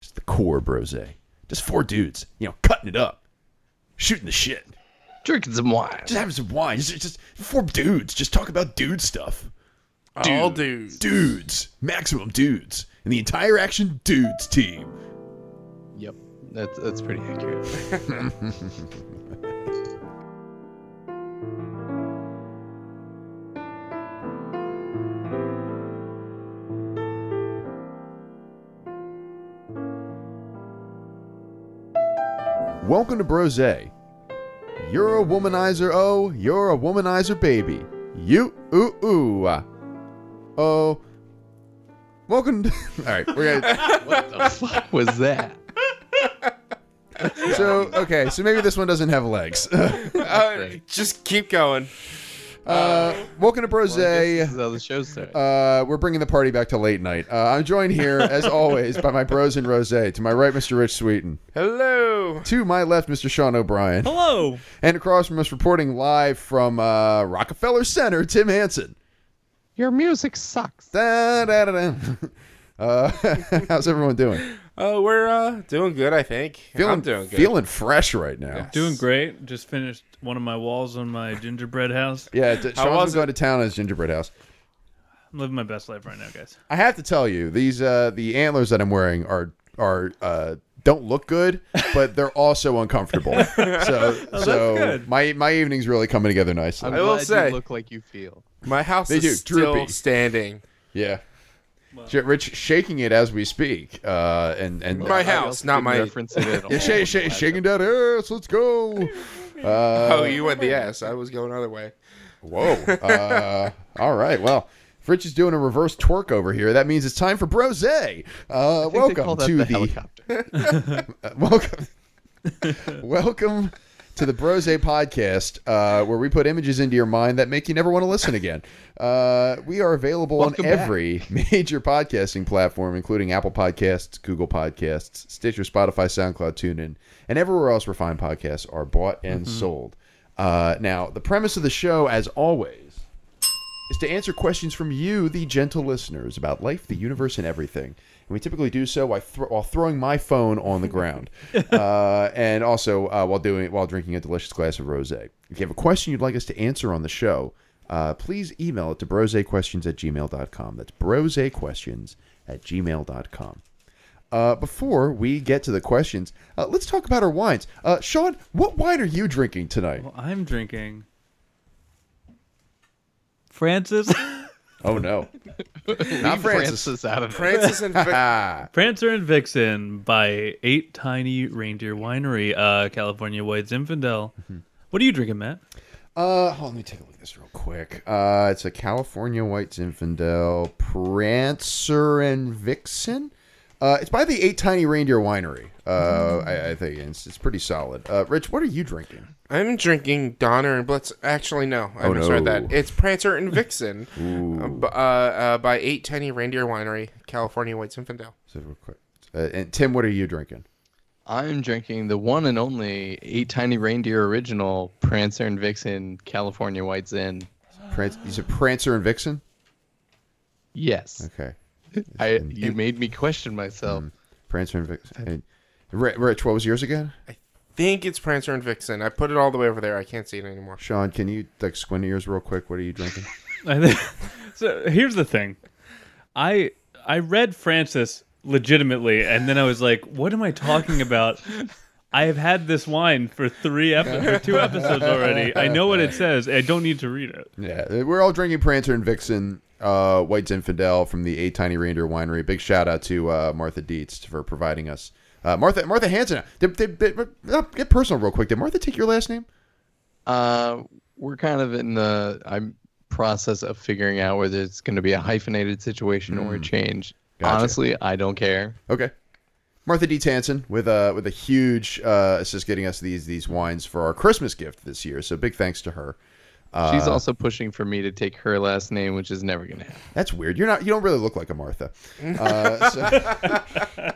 Just the core brose. Just four dudes, you know, cutting it up, shooting the shit, Drinking some wine. just having some wine. Just, just four dudes, just talk about dude stuff. All dudes. Dudes, maximum dudes, and the entire action dudes team. Yep. That's that's pretty accurate. Welcome to Brose. You're a womanizer, oh, you're a womanizer baby. You, ooh, ooh. ah. Oh. Welcome to. Alright, we're gonna. what the fuck was that? So, okay, so maybe this one doesn't have legs. Uh, just keep going. Uh, welcome to Brose. This is how the show starts. Uh, we're bringing the party back to late night. Uh, I'm joined here, as always, by my bros and Rose. To my right, Mr. Rich Sweeten. Hello. To my left, Mr. Sean O'Brien. Oh. Hello. And across from us, reporting live from uh, Rockefeller Center, Tim Hansen. Your music sucks. Da, da, da, da. Uh, how's everyone doing? Uh, we're uh, doing good, I think. I'm doing good. feeling fresh right now. Yeah. Doing great. Just finished one of my walls on my gingerbread house. Yeah, d- How Sean's was been going to town as Gingerbread House. I'm living my best life right now, guys. I have to tell you, these uh, the antlers that I'm wearing are are uh, don't look good, but they're also uncomfortable. So so good. my my evening's really coming together nicely. I'm I will glad say- you look like you feel. My house They is do, still droopy. standing. yeah. Sh- Rich shaking it as we speak, uh, and and My uh, house, else not didn't my- reference it at all. yeah, sh- sh- shaking that ass. Let's go. Uh, oh, you went the ass. I was going other way. whoa. Uh, all right. Well, Rich is doing a reverse twerk over here. That means it's time for Brose. Uh, I think they call welcome that to the, the helicopter. welcome welcome to the brose podcast uh, where we put images into your mind that make you never want to listen again uh, we are available Welcome on back. every major podcasting platform including apple podcasts google podcasts stitcher spotify soundcloud tunein and everywhere else where fine podcasts are bought and Mm-hmm. sold uh, now the premise of the show as always is to answer questions from you, the gentle listeners, about life, the universe, and everything. And we typically do so while, thro- while throwing my phone on the ground, uh, and also uh, while doing while drinking a delicious glass of rosé. If you have a question you'd like us to answer on the show, uh, please email it to brosequestions at gmail.com. That's brosequestions at gmail.com. Uh, before we get to the questions, uh, let's talk about our wines. Uh, Sean, what wine are you drinking tonight? Well, I'm drinking. Francis. Oh no, not Leave Francis. Francis out of it. Francis and Vic- Ah. Prancer and Vixen by Eight Tiny Reindeer Winery, uh, California White Zinfandel. What are you drinking, Matt? Uh, hold on, let me take a look at this real quick. Uh, it's a California White Zinfandel, Prancer and Vixen. Uh, it's by the Eight Tiny Reindeer Winery. Uh, I, I think and it's, it's pretty solid. Uh, Rich, what are you drinking? I'm drinking Donner and Blitz. Actually, no, I Oh, misread no. that. It's Prancer and Vixen uh, b- uh, uh, by Eight Tiny Reindeer Winery, California White Zinfandel. So real quick. Uh, and Tim, what are you drinking? I'm drinking the one and only Eight Tiny Reindeer original Prancer and Vixen California White Zin. Pranc- you said Prancer and Vixen. Yes. Okay, I you made me question myself. Prancer and Vixen. And Ri- Rich, what was yours again? Think it's Prancer and Vixen. I put it all the way over there. I can't see it anymore. Sean, can you like squint at yours real quick? What are you drinking? I think- so here's the thing i i read francis legitimately and then i was like what am i talking about i have had this wine for three episodes for two episodes already i know what it says i don't need to read it Yeah, uh, we're all drinking Prancer and Vixen, uh, White Zinfandel from the A Tiny Reindeer Winery. Big shout out to uh, Martha Dietz for providing us. Uh, Martha Martha Hansen. Did, did, did, uh, get personal real quick. Did Martha take your last name? Uh, we're kind of in the I'm process of figuring out whether it's going to be a hyphenated situation or a change. Gotcha. Honestly, I don't care. Okay. Martha Dietz Hansen with a with a huge uh, assist getting us these these wines for our Christmas gift this year. So big thanks to her. She's also pushing for me to take her last name, which is never going to happen. That's weird. You're not. You don't really look like a Martha. Uh, so,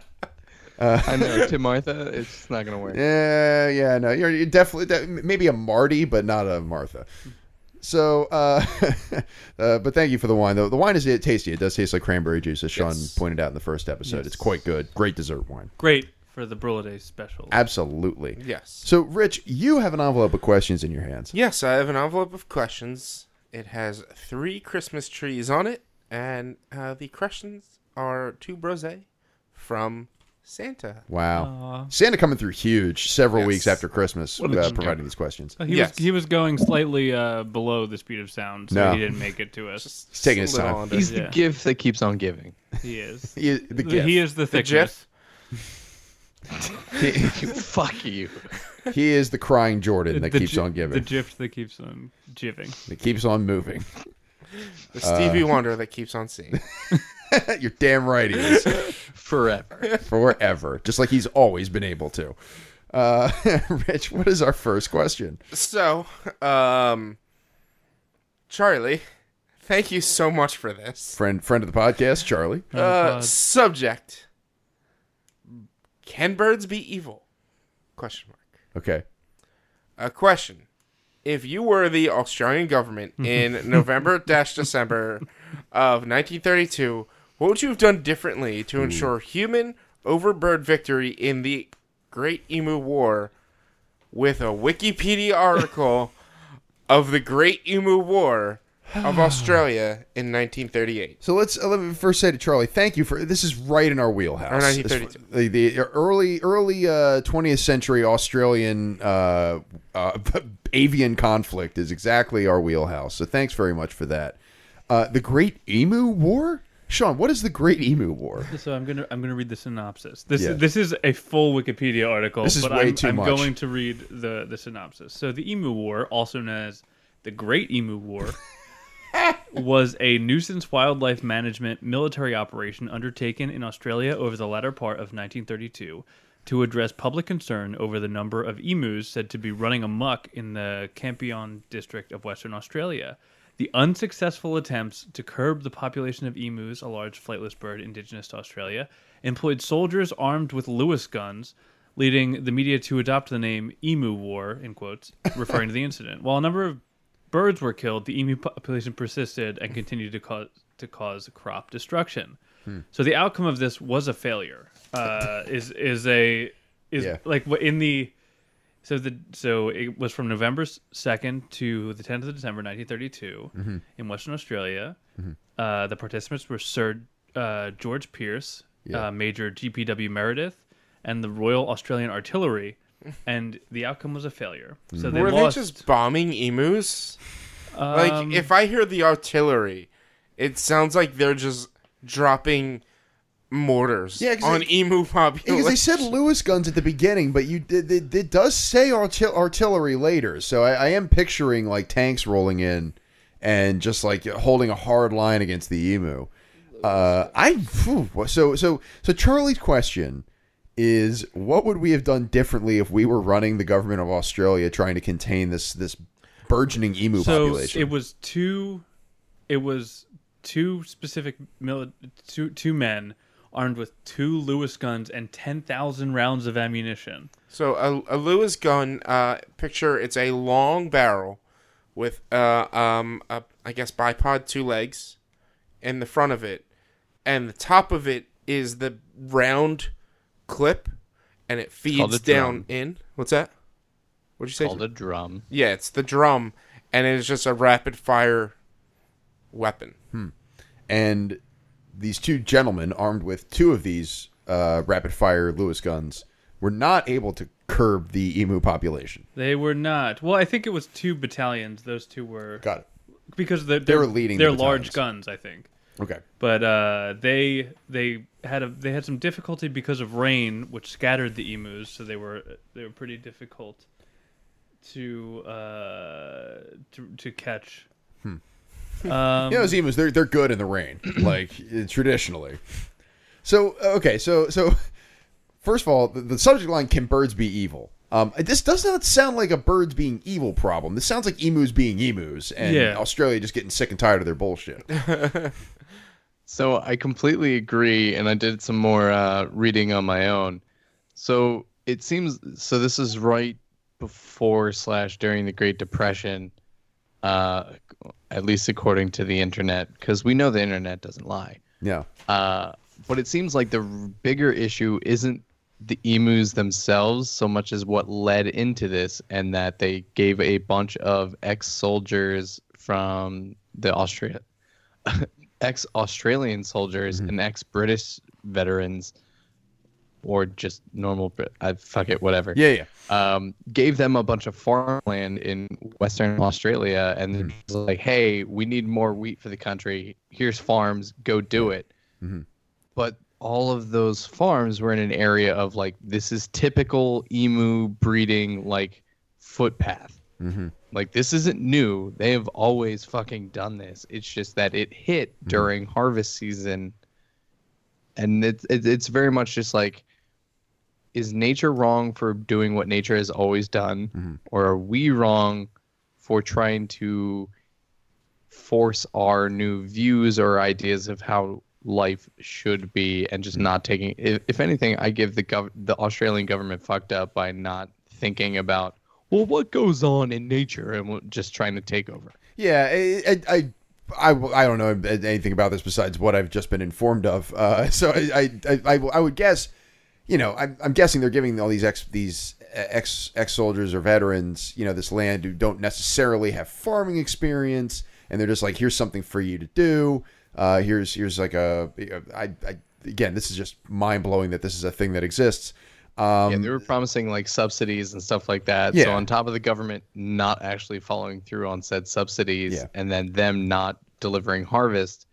I know to Martha, it's just not going to work. yeah, yeah. No, you're, you're definitely maybe a Marty, but not a Martha. So, uh, uh, but thank you for the wine, though. The wine is tasty. It does taste like cranberry juice, as Sean Yes. pointed out in the first episode. It's quite good. Great dessert wine. Great for the Brule Day special. Absolutely. Yes. So, Rich, you have an envelope of questions in your hands. Yes, I have an envelope of questions. It has three Christmas trees on it, and uh, the questions are to Brose from Santa. Uh, Wow. Santa coming through huge several Yes. weeks after Christmas uh, a providing these questions. He Yes. was he was going slightly uh, below the speed of sound, so No. he didn't make it to us. Just He's taking his little time. under- He's Yeah. the gift that keeps on giving. He is. He, the gift. He is the thickness. Jeff? You- Fuck you. He is the crying Jordan that The keeps gi- on The giving. gift that keeps on jiving. It keeps on moving. the Stevie Wonder that keeps on seeing. You're damn right he is. Forever. Forever. Just like he's always been able to. Uh, Rich, what is our first question? So, um, Charlie, thank you so much for this. Friend friend of the podcast, Charlie. Uh, God. subject: Can birds be evil? Question mark. Okay. A question. If you were the Australian government in November dash December of 1932, what would you have done differently to ensure human over bird victory in the Great Emu War with a Wikipedia article of the Great Emu War of Australia in 1938? So let's uh, let me first say to Charlie, thank you for this is right in our wheelhouse. Or 1932. This- the, the early early uh, 20th century Australian uh, uh, avian conflict is exactly our wheelhouse. So thanks very much for that. Uh, the Great Emu War, Sean. What is the Great Emu War? So I'm gonna I'm gonna read the synopsis. This Yeah. this is a full Wikipedia article. This is but way I'm, too I'm much. going to read the the synopsis. So the Emu War, also known as the Great Emu War, was a nuisance wildlife management military operation undertaken in Australia over the latter part of 1932 to address public concern over the number of emus said to be running amok in the Campion district of Western Australia. The unsuccessful attempts to curb the population of emus, a large flightless bird indigenous to Australia, employed soldiers armed with Lewis guns leading the media to adopt the name Emu War, in quotes, referring to the incident. While a number of birds were killed, the emu population persisted and continued to cause to cause crop destruction. So the outcome of this was a failure. Uh, is is a is Yeah. like what in the so the so it was from November second to the tenth of December, nineteen in Western Australia. Uh, the participants were Sir uh, George Pierce, uh, Major GPW Meredith, and the Royal Australian Artillery. And the outcome was a failure. So they Were lost. they just bombing emus? um, Like, if I hear the artillery, it sounds like they're just dropping mortars Yeah, 'cause on it- emu population. Because they said Lewis guns at the beginning, but you did it, it does say artil- artillery later. So I, I am picturing like tanks rolling in and just like holding a hard line against the emu. Uh, I phew, so so so Charlie's question is what would we have done differently if we were running the government of Australia trying to contain this this burgeoning emu so population? it was two it was two specific mili- two two men armed with two lewis guns and 10,000 rounds of ammunition So a, a Lewis gun. Uh, picture it's a long barrel with uh, um a, I guess bipod two legs in the front of it, and the top of it is the round clip, and it called feeds a down drum. in. What's that? What'd you say? Called a drum. yeah, it's the drum, and it's just a rapid fire weapon. and these two gentlemen armed with two of these uh, rapid fire Lewis guns were not able to curb the emu population. they were not well i think it was two battalions those two were Got it. because they're, were leading the they're large battalions. guns i think Okay. but uh, they they had a they had some difficulty because of rain, which scattered the emus, so they were they were pretty difficult to uh, to, to catch. Hmm. Um, You know, those emus, they're, they're good in the rain, like eh, traditionally. So, okay, so, so first of all, the, the subject line can birds be evil? Um, this does not sound like a birds being evil problem. This sounds like emus being emus and Yeah. Australia just getting sick and tired of their bullshit. So I completely agree, and I did some more uh, reading on my own. So it seems so. This is right before slash during the Great Depression. uh, at least according to the internet, because we know the internet doesn't lie. Yeah. Uh, but it seems like the r- bigger issue isn't the emus themselves so much as what led into this, and that they gave a bunch of ex soldiers from the Austria, ex Australian soldiers and ex British veterans, or just normal. Brit- I fuck it, whatever Yeah, yeah. um, gave them a bunch of farmland in Western Australia, and they're just like, "Hey, we need more wheat for the country. Here's farms. Go do it." Mhm. But all of those farms were in an area of like this is typical emu breeding like footpath. Mhm. Like this isn't new. They have always fucking done this. It's just that it hit during harvest season, and it's it, it's very much just like is nature wrong for doing what nature has always done Mhm. or are we wrong for trying to force our new views or ideas of how life should be and just not taking if, if anything i give the gov- the australian government fucked up by not thinking about well what goes on in nature and what- just trying to take over Yeah, I, I, I, I- I don't know anything about this besides what I've just been informed of. Uh, so I, I, I, I would guess, you know, I'm, I'm guessing they're giving all these ex these ex ex soldiers or veterans, you know, this land who don't necessarily have farming experience, and they're just like, here's something for you to do. Uh, here's here's like a, I, I again, this is just mind blowing that this is a thing that exists. Um, yeah, they were promising like subsidies and stuff like that. So Yeah. on top of the government not actually following through on said subsidies Yeah. and then them not delivering harvest,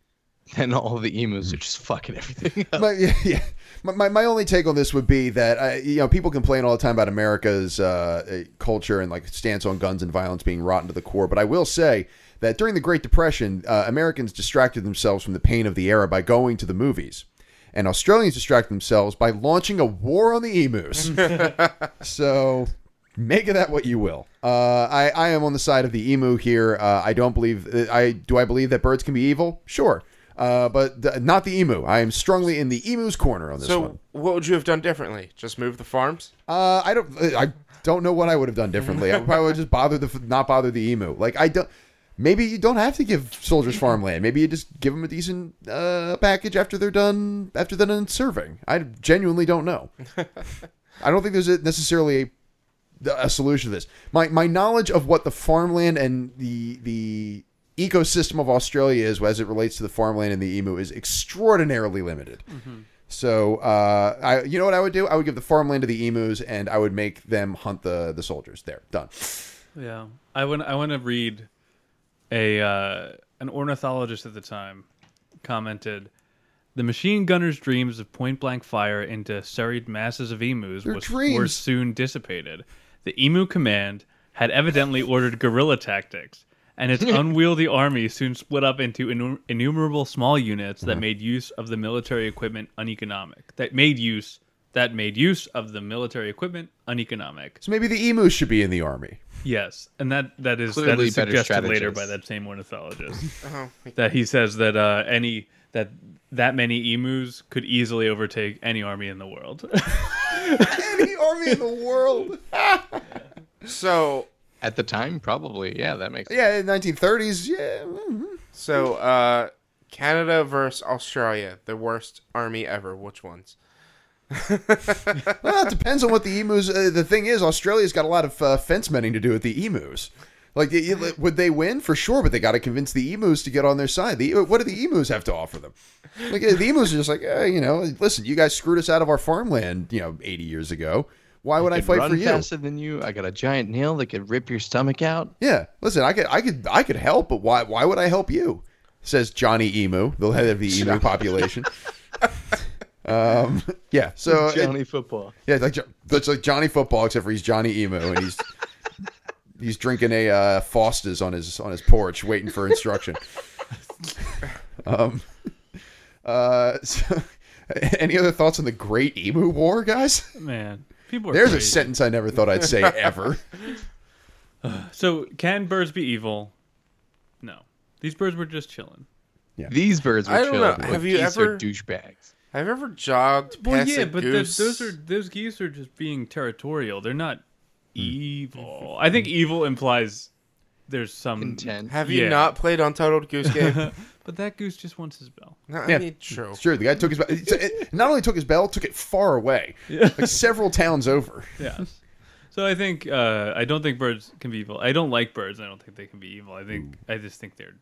then all the emus are just fucking everything up. my, yeah, yeah. My, my, my only take on this would be that I, you know people complain all the time about America's uh, eh, culture and like stance on guns and violence being rotten to the core, but I will say that during the Great Depression, uh, Americans distracted themselves from the pain of the era by going to the movies, and Australians distracted themselves by launching a war on the emus. so make of that what you will. Uh, I, I am on the side of the emu here. Uh, I don't believe I do. I believe that birds can be evil. Sure. Uh, but th- not the emu. I am strongly in the emu's corner on this So one. what would you have done differently? Just move the farms? Uh, I don't. I don't know what I would have done differently. I would probably just bother the not bother the emu. Like I don't. Maybe you don't have to give soldiers farmland. Maybe you just give them a decent uh, package after they're done after they're done serving. I genuinely don't know. I don't think there's a, necessarily a a solution to this. My my knowledge of what the farmland and the the ecosystem of Australia is as it relates to the farmland and the emu is extraordinarily limited. So uh, I you know what I would do? I would give the farmland to the emus and I would make them hunt the the soldiers. There, done. Yeah, I want I want to read a uh, an ornithologist at the time commented. The machine gunner's dreams of point blank fire into serried masses of emus was, were dreams. soon dissipated. The emu command had evidently ordered guerrilla tactics, and its unwieldy army soon split up into innu- innumerable small units that made use of the military equipment uneconomic. That made use that made use of the military equipment uneconomic. So maybe the emus should be in the army. Yes, and that that is that Clearly is better suggested later strategist. by that same ornithologist Oh, that he says that uh, any that that many emus could easily overtake any army in the world. Any army in the world? so At the time, probably. Yeah, that makes Yeah, in 1930s. Yeah. mhm. so uh, Canada versus Australia, the worst army ever. Which ones? Well, it depends on what the emus. Uh, the thing is, Australia's got a lot of uh, fence mending to do with the emus. Like, it- it- would they win for sure? But they got to convince the emus to get on their side. The, e, what do the emus have to offer them? Like, uh, the emus are just like, eh, you know, listen, you guys screwed us out of our farmland, you know, 80 years ago. Why would I could fight run for you? faster than you. I got a giant nail that could rip your stomach out. Yeah, listen, I could, I could, I could help, but why, why would I help you? Says Johnny Emu, the head of the emu population. um, yeah, so it- Johnny football. yeah, it's like Jo- it's like Johnny Football, except for he's Johnny Emu, and he's he's drinking a uh, Foster's on his on his porch, waiting for instruction. um, uh, so, any other thoughts on the Great Emu War, guys? Man, people are There's a crazy. sentence I never thought I'd say ever. So can birds be evil? No, these birds were just chilling. These birds were I don't know. chilled. Have you ever- douchebags? Have you ever jogged past Well, yeah, a but the, goose? those are those geese are just being territorial. They're not evil. I think evil implies there's some intent. Have you Yeah. not played Untitled Goose Game? But that goose just wants his bell. No, I Yeah. mean, true. Sure, the guy took his bell. it's- it- Not only took his bell, took it far away, like several towns over. Yes. So I think uh, I don't think birds can be evil. I don't like birds. and I don't think they can be evil. I think I just think they're.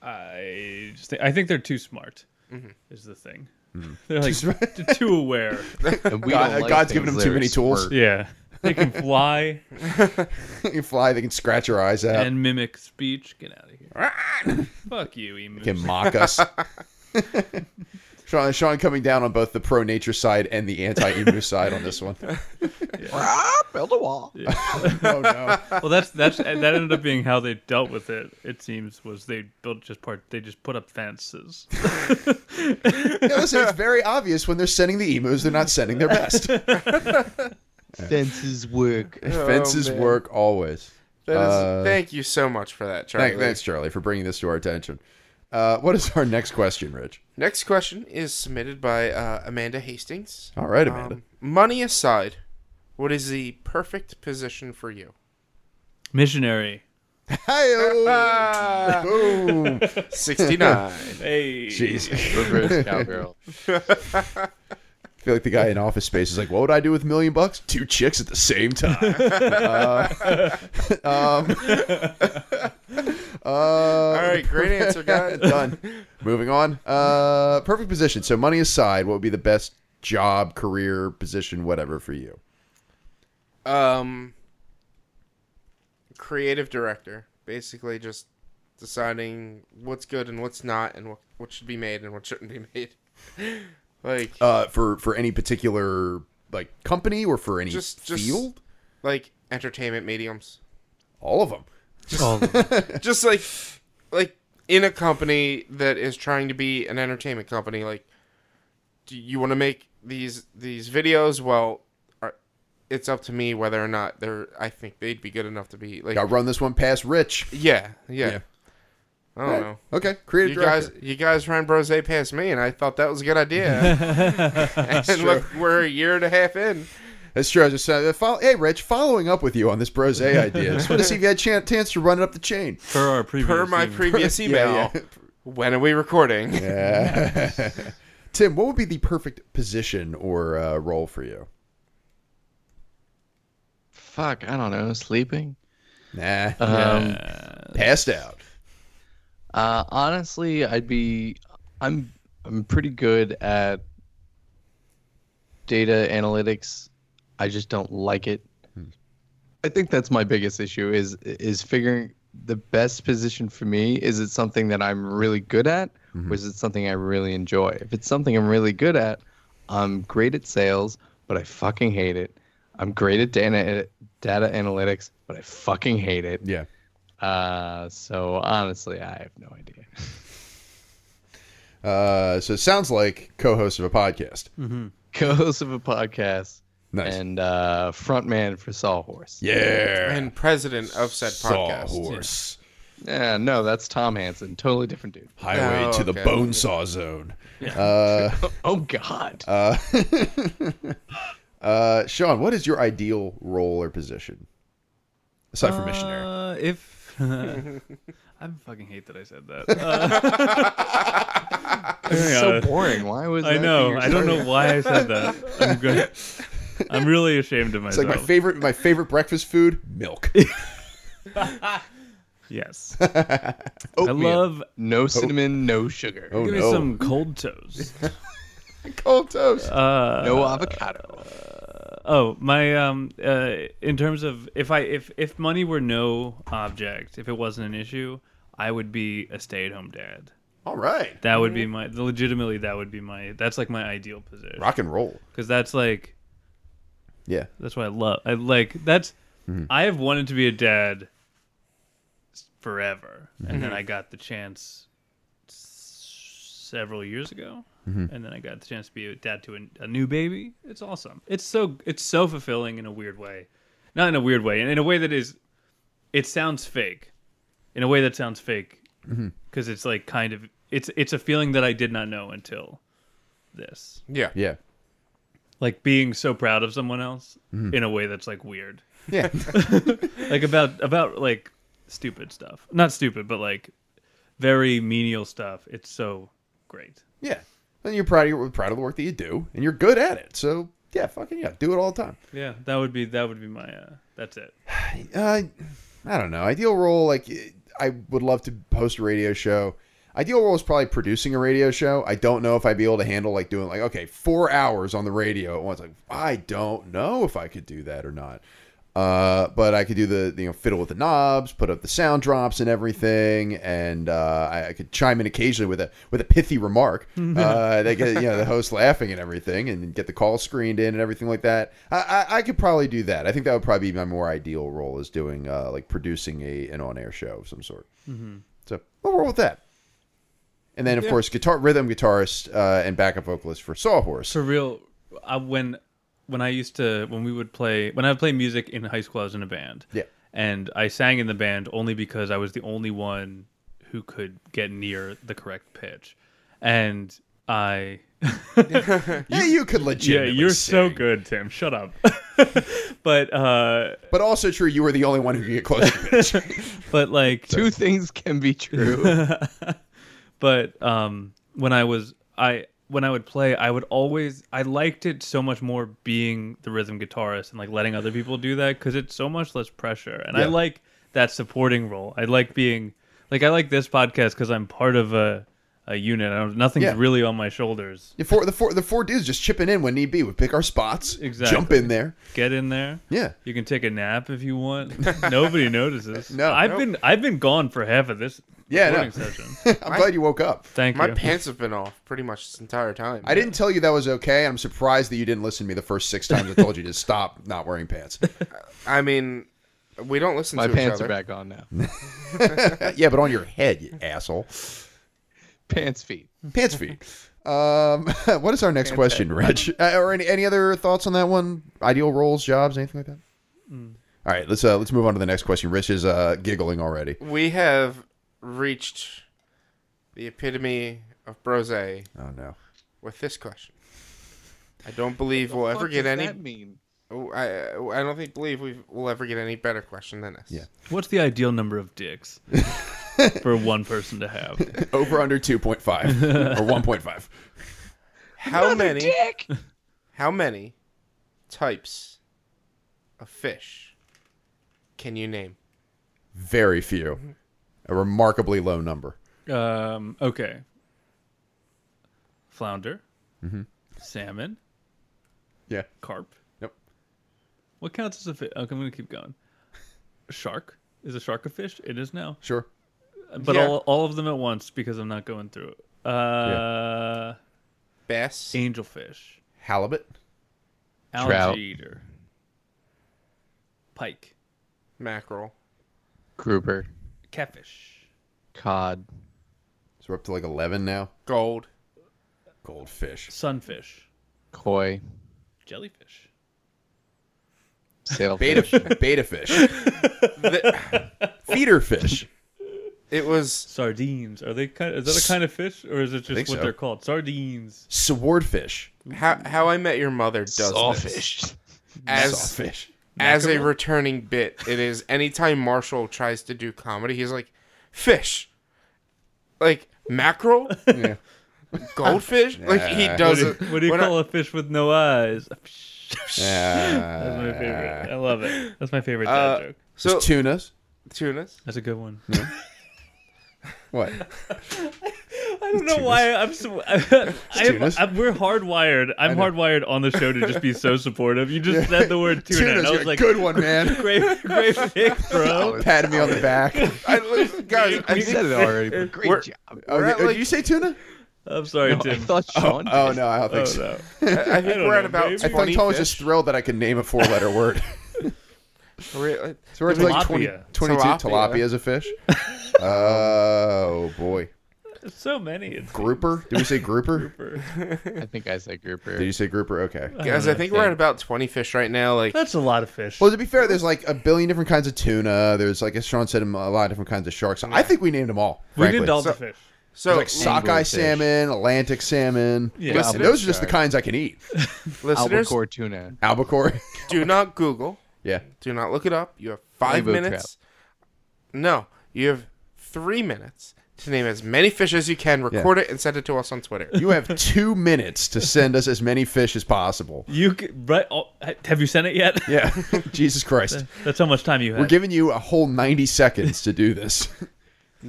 I just think, I think they're too smart. Is the thing. They're like smart. t- too aware. And we God- don't like God's given him things that too are many tools. smart. yeah. They can fly They can fly. They can scratch your eyes out. and mimic speech. Get out of here. Fuck you, emu. can mock us. Sean, Sean coming down on both the pro nature side and the anti emu side on this one. Ah, build a wall. Oh no! Well, that's that's that ended up being how they dealt with it. It seems was they built just part. They just put up fences. Yeah, listen, it's very obvious when they're sending the emus, they're not sending their best. Fences work. Fences man. work always. That is, Uh, thank you so much for that, Charlie. Thank, thanks, Charlie, for bringing this to our attention. Uh, what is our next question, Rich? Next question is submitted by uh, Amanda Hastings. All right, Amanda. Um, money aside, what is the perfect position for you? Missionary. Hi, Ah, boom. 69. Hey. Jeez, I Reverse cowgirl. feel like the guy in Office Space is like, "What would I do with a million bucks? Two chicks at the same time." Uh, um, uh, All right, great answer, guys. Done. Moving on. Uh, perfect position. So money aside, what would be the best job, career, position, whatever for you? Um, creative director, basically just deciding what's good and what's not, and what what should be made and what shouldn't be made. like Uh, for for any particular like company or for any just just field? like entertainment mediums. All of them. just like like in a company that is trying to be an entertainment company like do you want to make these these videos well are, it's up to me whether or not they're i think they'd be good enough to be like I run this one past Rich. yeah yeah, Yeah. i don't know Okay, creative you director. guys you guys ran brose past me and i thought that was a good idea and look we're a year and a half in That's true. I was just saying, uh, fol- hey, Rich, following up with you on this brose idea. Just want to see if you had a chan- chance to run it up the chain. Per our previous. per my email. previous Yeah, email yeah. when are we recording Yeah. Tim, what would be the perfect position or uh, role for you? Fuck, I don't know. Sleeping. Nah, Um, passed out. Uh, honestly, I'd be. I'm. I'm pretty good at data analytics. I just don't like it. I think that's my biggest issue. Is is figuring the best position for me. Is it something that I'm really good at, or is it something I really enjoy? If it's something I'm really good at, I'm great at sales, but I fucking hate it. I'm great at data data analytics, but I fucking hate it. Yeah. Uh, so honestly, I have no idea. Uh, so it sounds like co-host of a podcast. Hmm. Co-host of a podcast Nice. and uh, frontman for Sawhorse. yeah. and president of said podcast Sawhorse. Yeah, no, that's Tom Hansen. Totally different dude. Highway Oh, to the okay. bone saw zone. Uh, Oh God. uh, uh, Sean, what is your ideal role or position? Aside from missionary. Uh, if I fucking hate that I said that. Uh, It's hang so Uh, on. boring. Why was I that know. your I don't know target? why I said that. I'm good. I'm really ashamed of It's myself. like my favorite my favorite breakfast food, milk. yes. I Oatmeal. love. no cinnamon, no sugar, Oh give no. me some cold toast. cold toast. Uh, no avocado. Oh, my um uh in terms of if I if if money were no object, if it wasn't an issue, I would be a stay-at-home dad. All right. That would be my legitimately that would be my that's like my ideal position Mm-hmm. Rock and roll. cuz that's like Yeah. that's what I love. I like that's I have wanted to be a dad s- forever. And then I got the chance s- several years ago. And then I got the chance to be a dad to a, a new baby. It's awesome. It's so it's so fulfilling in a weird way. Not in a weird way, and in a way that is it sounds fake. In a way that sounds fake because it's like kind of it's it's a feeling that I did not know until this yeah Yeah. like being so proud of someone else in a way that's like weird Yeah. like about about like stupid stuff. Not stupid, but like very menial stuff. It's so great. Yeah. And you're proud of your, proud of the work that you do, and you're good at it. So yeah, fucking yeah, do it all the time. Yeah, that would be that would be my. Uh, that's it. Uh, I don't know. Ideal role, like I would love to host a radio show. Ideal role is probably producing a radio show. I don't know if I'd be able to handle like doing like okay four hours on the radio at once. Like I don't know if I could do that or not. Uh, but I could do the you know fiddle with the knobs, put up the sound drops and everything, and uh, I, I could chime in occasionally with a with a pithy remark. uh, they get you know the host laughing and everything, and get the call screened in and everything like that. I, I, I could probably do that. I think that would probably be my more ideal role is doing uh, like producing a an on air show of some sort. Mm-hmm. So we'll roll with that. And then of course guitar rhythm guitarist uh, and backup vocalist for Sawhorse. For real, I, when when I used to when we would play when I would play music in high school, I was in a band. Yeah. and I sang in the band only because I was the only one who could get near the correct pitch, and I. yeah, you could legit. Yeah, you're so good, Tim. Shut up. but uh But also true, you were the only one who could get close to pitch. but like Two things can be true. but um when i was i when i would play i would always i liked it so much more being the rhythm guitarist and like letting other people do that because it's so much less pressure and i Yeah. like that supporting role i like being like i like this podcast because i'm part of a a unit I don't, nothing's Yeah. really on my shoulders The four, the four, the four dudes just chipping in when need be. We pick our spots, Exactly. jump in there. get in there Yeah, you can take a nap if you want nobody notices No. i've Nope. been i've been gone for half of this Yeah, I know. recording session I'm glad you woke up. thank My you pants have been off pretty much this entire time. I didn't tell you that was okay. and I'm surprised that you didn't listen to me the first six times I told you to stop not wearing pants. I mean, we don't listen My to pants each are other. back on now. yeah, but on your head, you asshole. Pants feet. Pants feet. Um, what is our next question, Rich? Uh, or any, any other thoughts on that one? Ideal roles, jobs, anything like that? All right, let's uh, let's move on to the next question. Rich is uh, giggling already. We have reached the epitome of brose Oh no. with this question. I don't believe we'll ever Fuck get does any. That mean? oh, I I don't think believe we will ever get any better question than this. Yeah. What's the ideal number of dicks for one person to have? Over under two point five or one point five. How many? How many types of fish can you name? Very few. A remarkably low number. Um, okay. Flounder, salmon, Yeah. carp. Yep. What counts as a fish? Okay, I'm gonna keep going. Shark is a shark a fish? It is now, Sure. but Yeah. all all of them at once because I'm not going through it. Uh, Bass. angelfish, Halibut. algae Trout. eater, pike, mackerel, Grouper. catfish, Cod. So we're up to like eleven now. gold, Goldfish. sunfish, Koi. jellyfish. Beta Sailfish. beta fish. Feeder fish. It was Sardines are they kind? Is that a kind of fish, or is it think just what so. they're called? Sardines. Swordfish. how how I Met Your Mother does this. Sawfish. as Sawfish. as a returning bit. It is anytime Marshall tries to do comedy, he's like fish, like mackerel, goldfish. Like he Yeah. does What it. do you, what do you when I- call a fish with no eyes? That's Uh, my favorite. I love it. That's my favorite Uh, dad joke. so tunas. tunas. That's a good one. What? I don't know why I'm so. I, I, tunas. I, we're hardwired. I'm hardwired on the show to just be so supportive. You just said the word tuna, and I you're was a like, good one, man. great, great pick, bro. Patted me on the back. I, listen, guys, I You think said it already. But great We're- job. Oh, We're yeah, at, like- did you say tuna? I'm sorry, I Tim. thought Sean. Oh no, I don't oh think so. no. I think I don't we're at know, about babe. I thought twenty Tom was fish. just thrilled that I could name a four-letter word. Really? So we're at like 20, Tilapia. 22 Tilapia. tilapia is a fish. oh boy, There's so many. It's grouper. Did we say grouper? super. I think I said grouper. Did you say grouper? Okay. Guys, I think we're at about twenty fish right now. Like That's a lot of fish. Well, to be fair, there's like a billion different kinds of tuna. There's like, as Sean said, a lot of different kinds of sharks. I think we named them all. we frankly. did all the fish. so, like sockeye Anglerfish. salmon, Atlantic salmon. Yeah. Listen, Albacore. those are just the kinds I can eat. listeners, Albacore tuna. Albacore. do not Google. yeah. Do not look it up. You have five Rainbow minutes. No, you have three minutes to name as many fish as you can, record it, and send it to us on Twitter. You have two minutes to send us as many fish as possible. You c- right? Oh, have you sent it yet? Yeah, Jesus Christ. That's how much time you We're have. giving you a whole 90 seconds to do this.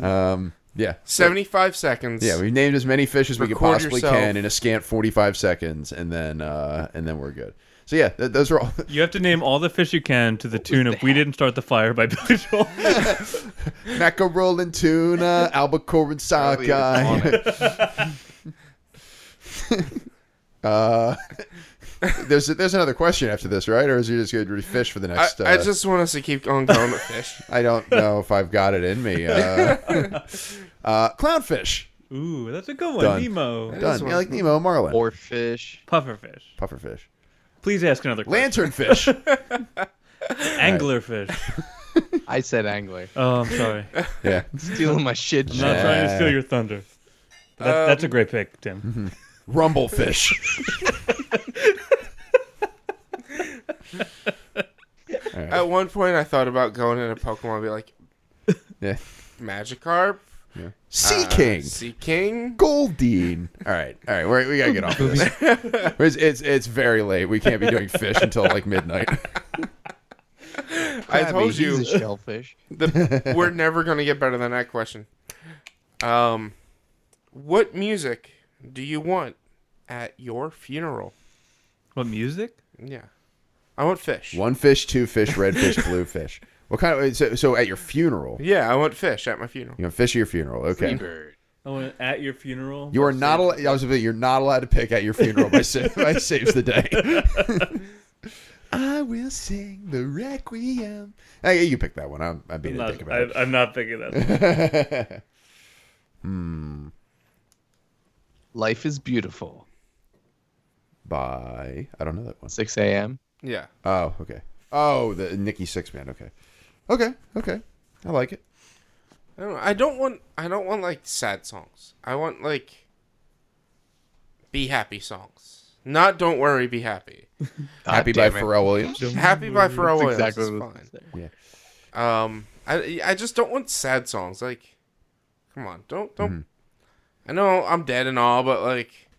Um, yeah. 75 seconds. Yeah, we've named as many fish as we could Record possibly yourself. can in a scant 45 seconds, and then uh, and then we're good. So yeah, th- those are all. you have to name all the fish you can to the tune of "We Didn't Start the Fire" by Billy Joel. mackerel and tuna, albacore and sockeye. uh, there's there's another question after this, right? Or is it just going to fish for the I, next? uh, I just want us to keep on going with fish. I don't know if I've got it in me. Uh, uh, clownfish, Ooh, that's a good one. Done. Nemo, done. Yeah, like Nemo, marlin, Or fish. pufferfish. pufferfish, Please ask another question. lanternfish. Anglerfish. I said angler. Oh, I'm sorry. I'm yeah, Stealing my shit. not Jack. trying to steal Yeah. Um, your thunder. That, that's a great pick, Tim. rumblefish. At one point, I thought about going in a Pokemon, be like Yeah. Magikarp, Sea uh, king. Sea King. Goldine. All right, all right, we're, we gotta get off of this. It's, it's it's very late. We can't be doing fish until like midnight. I Krabby, told you He's a shellfish. the, we're never gonna get better than that question. Um, what music do you want at your funeral? What music? Yeah, I want fish. One fish, two fish, red fish, blue fish. What kind of so, so at your funeral? Yeah, I want fish at my funeral. You know, fish at your funeral. Okay. Seabird. Oh, and at your funeral. You are not. Al- I was about, you're not allowed to pick at your funeral by, sa- by saves the day. I will sing the requiem. Hey, you pick that one. I'm, I'm I'm being a dick not, about I, I'm not thinking that. it. Life is beautiful. Bye. I don't know that one. 6 a.m. Yeah, Oh, okay. Oh, the Nikki Six Man. Okay. Okay. Okay. I like it. I don't. Know. I don't want. I don't want like sad songs. I want like be happy songs. Not don't worry, be happy. Happy by Ah, damn it. Pharrell Williams. happy by Pharrell Williams. Exactly. is what- fine. Um, I I just don't want sad songs. Like, come on, don't don't. Mm-hmm. I know I'm dead and all, but like,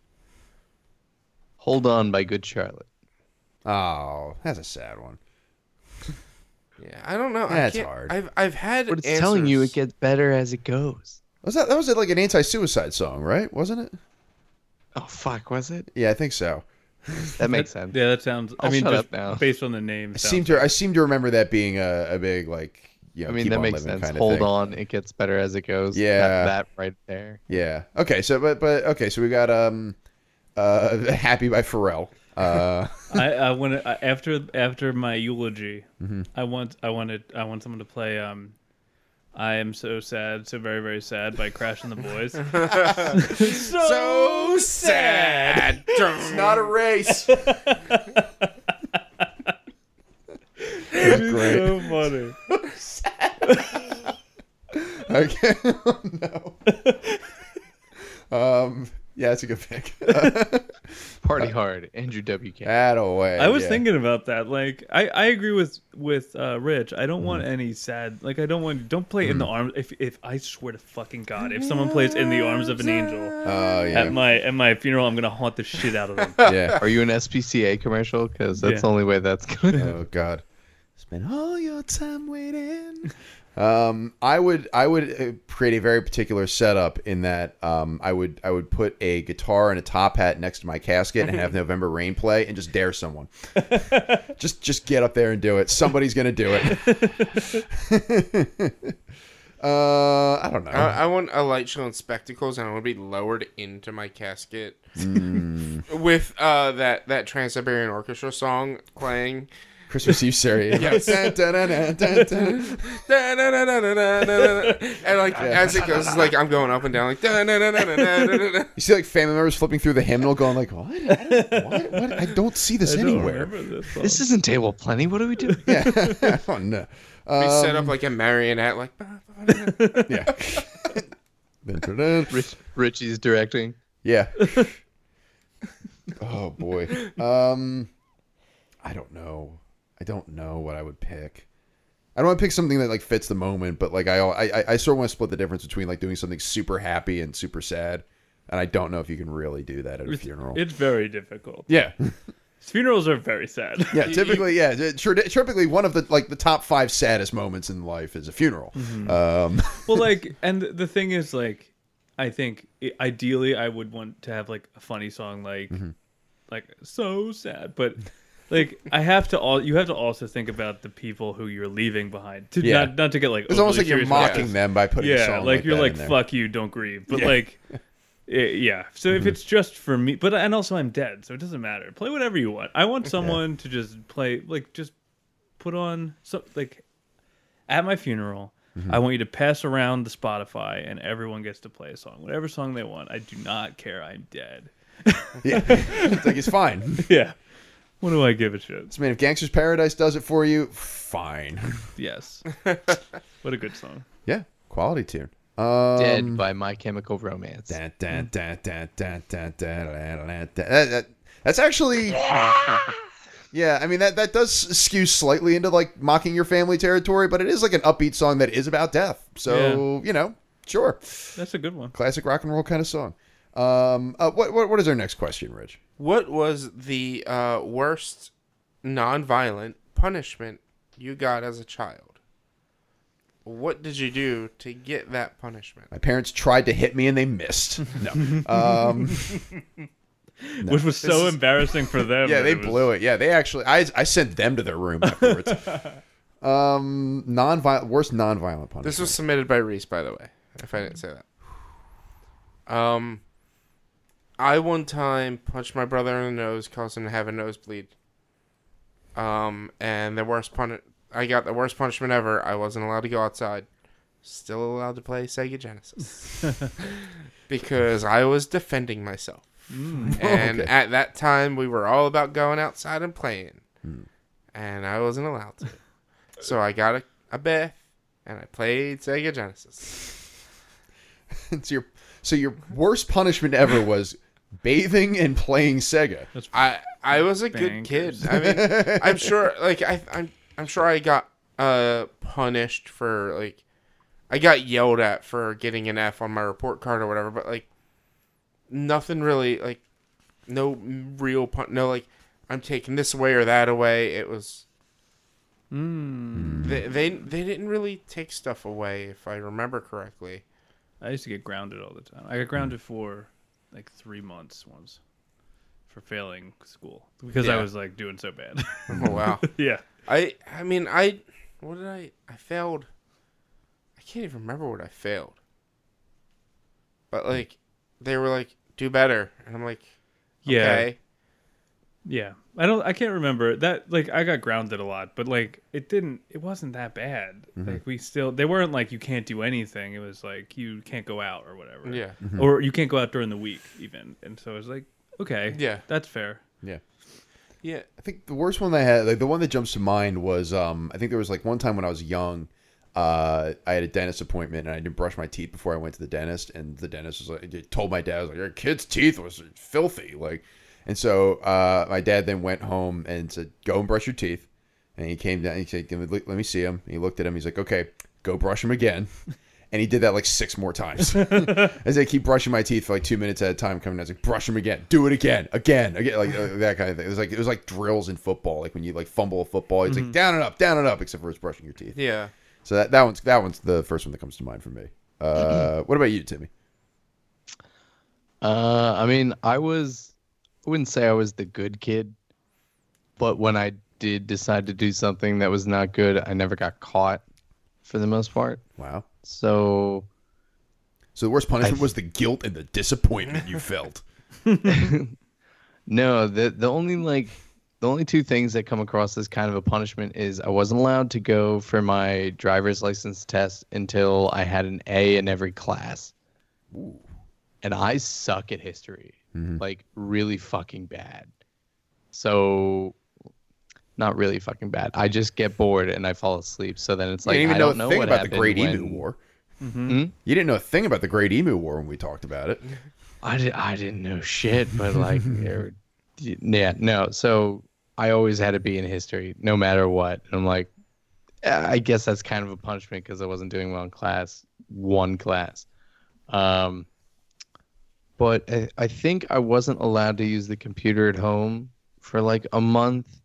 Hold on by Good Charlotte. Oh, that's a sad one. yeah, I don't know. I That's can't- hard. I've I've had. But it's telling you it answers. gets better as it goes. Was that that was like an anti-suicide song, right? Wasn't it? Oh fuck, was it? Yeah, I think so. That makes sense. Yeah, that sounds. i I'll mean, shut just up now. based on the name, I sounds- seem to I seem to remember that being a, a big like you know I mean keep that on makes living sense. kind of Hold thing. on, it gets better as it goes. That- Yeah. that right there. Yeah. Okay. So but but okay. So we got um uh happy by Pharrell. Uh, I, I want to after after my eulogy. Mm-hmm. I want I wanted I want someone to play. Um, I am so sad, so very very sad by Crash and the Boys. so, so sad. it's not a race. It's great. so funny. okay. Oh, no. Um. Yeah, it's a good pick. Uh, Party hard, Andrew WK. That away. I was yeah. thinking about that. Like I, I agree with with uh, Rich. I don't Mm-hmm. want any sad. Like I don't want don't play in the arms. If if I swear to fucking God, if someone plays in the arms of an angel Oh at yeah. my at my funeral, I'm gonna haunt the shit out of them. yeah. Are you an SPCA commercial? Because that's Yeah. the only way that's gonna. Oh God. Spend all your time waiting. Um, I would I would uh, create a very particular setup in that um, I would I would put a guitar and a top hat next to my casket and have November Rain play and just dare someone. just just get up there and do it. Somebody's gonna do it. uh, I don't know. I, I want a light show and spectacles, and I want to be lowered into my casket with uh that that Trans Siberian Orchestra song playing. Christmas Eve series. Dun, dun, dun, dun, dun, dun. Da, da, da, da, da, da, da, da. And like as it goes, it's like I'm going up and down, like da, da, da, da, da, da, da, da. You see like family members flipping through the hymnal, going like, "What? I don't- What? what? I don't see this I don't anywhere." remember this song. This isn't table plenty. What are we doing? yeah. oh no. be Um, set up like a marionette, like yeah. Dun, dun, dun. Rich, Richie's directing. yeah. oh boy. Um, I don't know. I don't know what I would pick. I don't want to pick something that like fits the moment, but like I al- I, I, I sort of want to split the difference between like doing something super happy and super sad, and I don't know if you can really do that at a funeral. It's very difficult. yeah, Funerals are very sad. yeah. Typically, yeah. t- trad- Typically, one of the like the top five saddest moments in life is a funeral. Um, well, like, and the thing is, like, I think i- ideally I would want to have like a funny song, like, Mm-hmm. like so sad, but like I have to all you have to also think about the people who you're leaving behind. To, Yeah. not not to get like it's almost overly like you're serious about mocking this. them by putting a Yeah, song like, like you're that like in there. fuck you, don't grieve, but like. i yeah. So Mm-hmm. if it's just for me, but and also I'm dead, so it doesn't matter. Play whatever you want. I want someone to just play, like just put on some like at my funeral. Mm-hmm. I want you to pass around the Spotify, and everyone gets to play a song, whatever song they want. I do not care. I'm dead. Yeah. it's like it's fine. Yeah. What do I give a shit? So, man, if Gangster's Paradise does it for you, fine. Yes. what a good song. yeah, quality tune. Um, Dead by My Chemical Romance. Dun, dun, dun, dun, dun, dun, dun, dun, dun, dun. That- that- That's actually. Yeah, I mean that that does skew slightly into like mocking your family territory, but it is like an upbeat song that is about death. So you know, sure, That's a good one. classic rock and roll kind of song. Um, uh, what, what what is our next question, Rich? What was the uh, worst nonviolent punishment you got as a child? What did you do to get that punishment? My parents tried to hit me and they missed. No, um, Which was so is- embarrassing for them. yeah, that they was- blew it. Yeah, they actually, I I sent them to their room afterwards. um, nonviolent, worst nonviolent punishment. This was submitted by Reese, by the way, if I didn't say that. Um, I one time punched my brother in the nose, causing him to have a nosebleed. Um, and the worst pun I got the worst punishment ever. I wasn't allowed to go outside. Still allowed to play Sega Genesis because I was defending myself. Mm, And Okay. at that time, we were all about going outside and playing, and I wasn't allowed to. so I got a, a bath and I played Sega Genesis. so your so your worst punishment ever was bathing and playing Sega. I I was a good kid. Bankers. I mean, I'm sure. Like I, I'm I'm sure I got uh punished for like I got yelled at for getting an F on my report card or whatever. But like nothing really like no real pun. No like I'm taking this away or that away. It was. mm. They, they they didn't really take stuff away if I remember correctly. I used to get grounded all the time. I got grounded for like three months once for failing school because I Yeah. was like doing so bad. Oh wow. yeah. I I mean I what did I I failed I can't even remember what I failed. But like they were like do better and I'm like Yeah. okay. Yeah. I don't I can't remember that like I got grounded a lot, but like it didn't it wasn't that bad. Mm-hmm. Like we still they weren't like you can't do anything. It was like you can't go out or whatever. Yeah. Mm-hmm. Or you can't go out during the week even. And so I was like, okay. Yeah. That's fair. Yeah. Yeah. I think the worst one that I had, like the one that jumps to mind was, um, I think there was like one time when I was young, uh, I had a dentist appointment and I didn't brush my teeth before I went to the dentist, and the dentist was like, told my dad, I was like, your kid's teeth was filthy, like, and so uh, my dad then went home and said, go and brush your teeth, and he came down, and he said, "Give me- let me see him, and he looked at him, he's like, okay, go brush him again. And he did that like six more times. As I keep brushing my teeth for like two minutes at a time, coming down, it's like brush them again, do it again, again, again, like uh, that kind of thing. It was like it was like drills in football, like when you like fumble a football, it's like down and up, down and up, except for it's brushing your teeth. Yeah. So that, that one's that one's the first one that comes to mind for me. Uh, what about you, Timmy? Uh, I mean, I was, I wouldn't say I was the good kid, but when I did decide to do something that was not good, I never got caught for the most part. Wow. So So the worst punishment was the guilt and the disappointment you felt. No, the the only like the only two things that come across as kind of a punishment is I wasn't allowed to go for my driver's license test until I had an A in every class. And I suck at history. Mm-hmm. Like really fucking bad. So not really fucking bad. I just get bored and I fall asleep. So then it's you like didn't even I know a don't know thing what about the happened Great when- Emu War. Mm-hmm. Mm. You didn't know a thing about the Great Emu War when we talked about it. I, di- I didn't know shit, but like, er, there- yeah, no. So I always had to be in history, no matter what. And I'm like, "Ah, I guess that's kind of a punishment because I wasn't doing well in class, one class. Um, but I, I think I wasn't allowed to use the computer at home for like a month.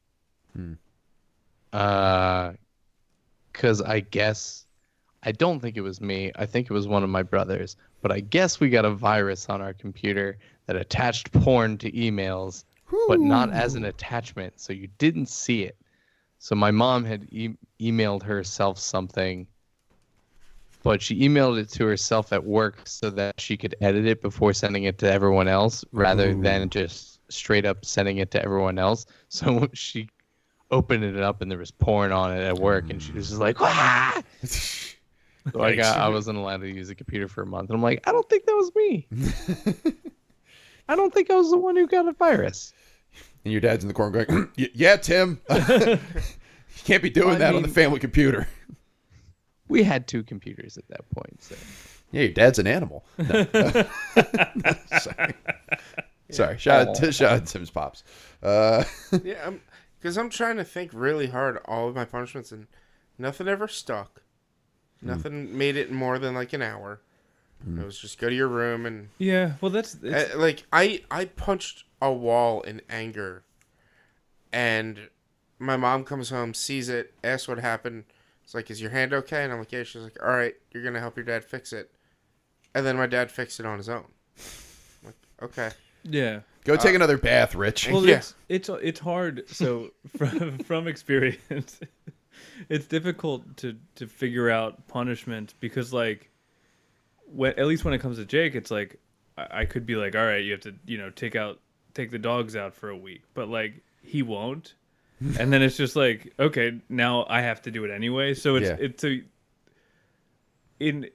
Hmm. Because I guess, I don't think it was me. I think it was one of my brothers. But I guess we got a virus on our computer that attached porn to emails, but not as an attachment. So you didn't see it. So my mom had e- emailed herself something, but she emailed it to herself at work so that she could edit it before sending it to everyone else, rather than just straight up sending it to everyone else. So she opened it up and there was porn on it at work, and she was just like, "Wah!" So I got, I wasn't allowed to use the computer for a month, and I'm like, I don't think that was me. I don't think I was the one who got a virus. And your dad's in the corner going, "Y- "Yeah, Tim, you can't be doing I that on the mean- family computer." We had two computers at that point. So. Yeah, your dad's an animal. No. Sorry. Sorry. Shout out, to, shout out to Tim's pops. Uh, Yeah, because I'm, trying to think really hard all of my punishments, and nothing ever stuck. Nothing made it more than like an hour. It was just go to your room and Yeah. Well, that's it's, Uh, like I I punched a wall in anger, and my mom comes home, sees it, asks what happened. It's like, is your hand okay? And I'm like, yeah. She's like, all right, you're gonna help your dad fix it, and then my dad fixed it on his own. I'm like, okay. yeah. go Uh, take another bath, Rich. Well, Yeah. it's it's it's hard. So from from experience, it's difficult to to figure out punishment because like, when at least when it comes to Jake, it's like I, I could be like, all right, you have to you know take out take the dogs out for a week, but like he won't, and then it's just like okay, now I have to do it anyway. So it's Yeah. it's a in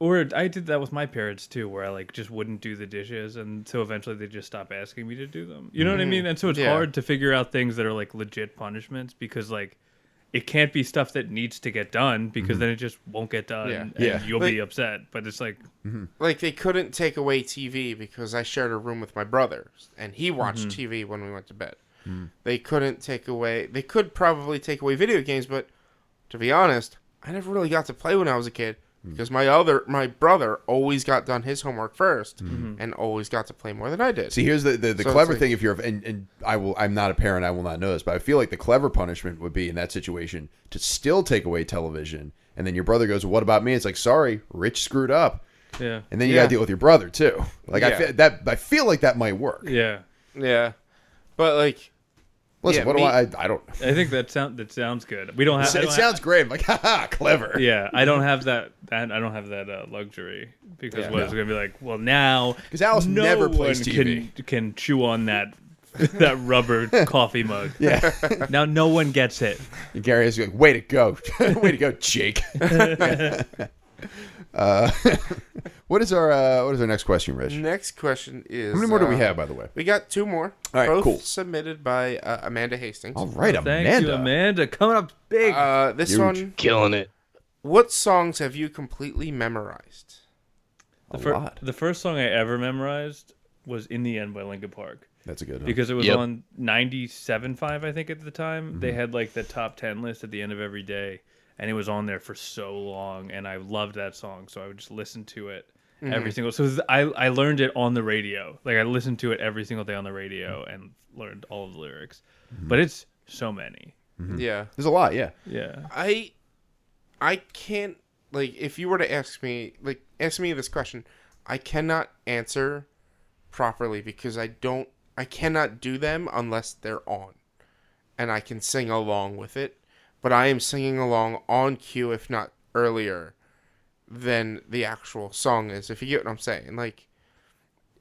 or I did that with my parents too, where I like just wouldn't do the dishes, and so eventually they just stop asking me to do them. You know what I mean? And so it's Mm. Yeah. hard to figure out things that are like legit punishments because like it can't be stuff that needs to get done because then it just won't get done, Mm-hmm. Yeah. and Yeah. you'll Like- be upset. But it's like, Like they couldn't take away TV because I shared a room with my brother, and he Mm-hmm. watched TV when we went to bed. Hmm. They couldn't take away. They could probably take away video games, but to be honest, I never really got to play when I was a kid Hmm. because my other my brother always got done his homework 1st and always got to play more than I did. Hmm. See, here's the the, the So it's clever like- thing. If you're and, and I will, I'm not a parent. I will not know this, but I feel like the clever punishment would be in that situation to still take away television, and then your brother goes, "What about me?" It's like, sorry, Rich screwed up, yeah, and then you Yeah. got to deal with your brother too. Like I Yeah. feel that I feel like that might work. yeah. yeah, but like Listen, Yeah, what me- do I, I? I don't. I think that sound that sounds good. We don't have. I It don't sounds great. I'm like, haha, clever. have- yeah, I don't have that. that I don't have that uh, luxury because Yeah. what it's gonna be like? Well, now 'Cause Alice no never plays one TV. Can, can chew on that that rubber coffee mug. Yeah. Now no one gets it. And Gary is like, way to go. way to go, Jake. uh, what is our uh, what is our next question, Rich? How next question is many more do we uh, have, by the way? We got two more. All right, both cool. Submitted by uh, Amanda Hastings. All right, Thank Amanda. you, Amanda. Coming up big. Uh, this Huge. one. Killing it. What songs have you completely memorized? a the, lot. the first song I ever memorized was "In the End" by Linkin Park That's a good one. because it was Yep. on 97.5, I think, at the time. They Mhm. had like the top ten list at the end of every day, and it was on there for so long, and I loved that song, so I would just listen to it. Mm-hmm. Every single so th- I I learned it on the radio like I listened to it every single day on the radio Mm-hmm. and learned all of the lyrics, but it's so many Mm-hmm. Yeah. There's a lot, yeah. yeah I I can't like if you were to ask me like ask me this question, I cannot answer properly because I don't I cannot do them unless they're on. And I can sing along with it, but I am singing along on cue if not earlier than the actual song is if you get what I'm saying. Like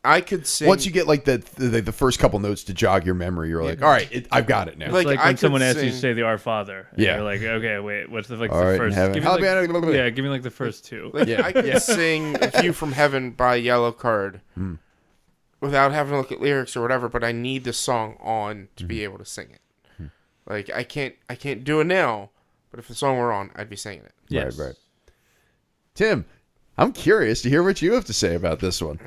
I could sing Once you get like the, the the first couple notes to jog your memory, you're like, all right, it, I've got it now. Like, It's like, I when could someone asks you to sing- say the Our Father. and Yeah. You're like, okay, wait, what's the like All the right, in first? heaven. Give me I'll like, be out of- blah, blah, blah. yeah, give me like the first two. Like Yeah. Hmm. I could sing "View from Heaven" by Yellow Card without having to look at lyrics or whatever, but I need the song on to Hmm. be able to sing it. Like I can't, I can't do it now. But if the song were on, I'd be singing it. yes. Right, right. Tim, I'm curious to hear what you have to say about this one.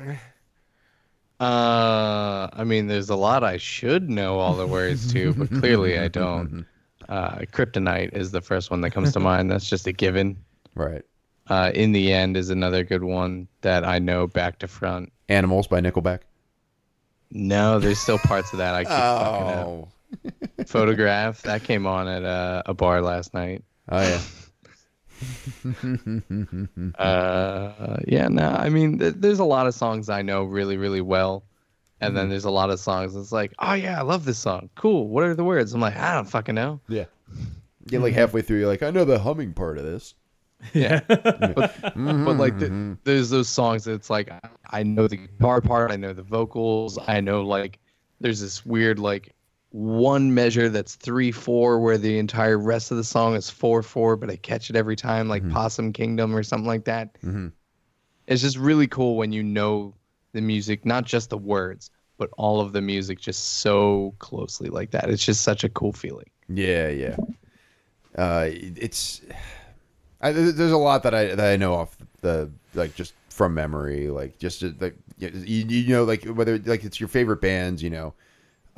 Uh, I mean, there's a lot I should know all the words to, but clearly I don't. Uh, kryptonite is the first one that comes to mind. That's just a given. Right. Uh, in the end is another good one that I know back to front. Animals by Nickelback. No, there's still parts of that I keep fucking up. Oh. Photograph that came on at uh, a, a bar last night. Oh yeah. Uh, yeah, no, I mean, th- there's a lot of songs I know really, really well, and then there's a lot of songs that's like, oh yeah, I love this song. Cool. What are the words? I'm like, I don't fucking know. Yeah. Get like halfway through, you're like, I know the humming part of this. Yeah, but, but like, th- there's those songs that it's like, I- I know the guitar part, I know the vocals, I know like, there's this weird like one measure that's three four where the entire rest of the song is four four, but I catch it every time, like Possum Kingdom or something like that. Mhm. It's just really cool when you know the music, not just the words, but all of the music just so closely like that. It's just such a cool feeling. Yeah, yeah. Uh, it's I, there- there's a lot that I that I know off the like just from memory, like just uh, like you, you know like whether like it's your favorite bands, you know,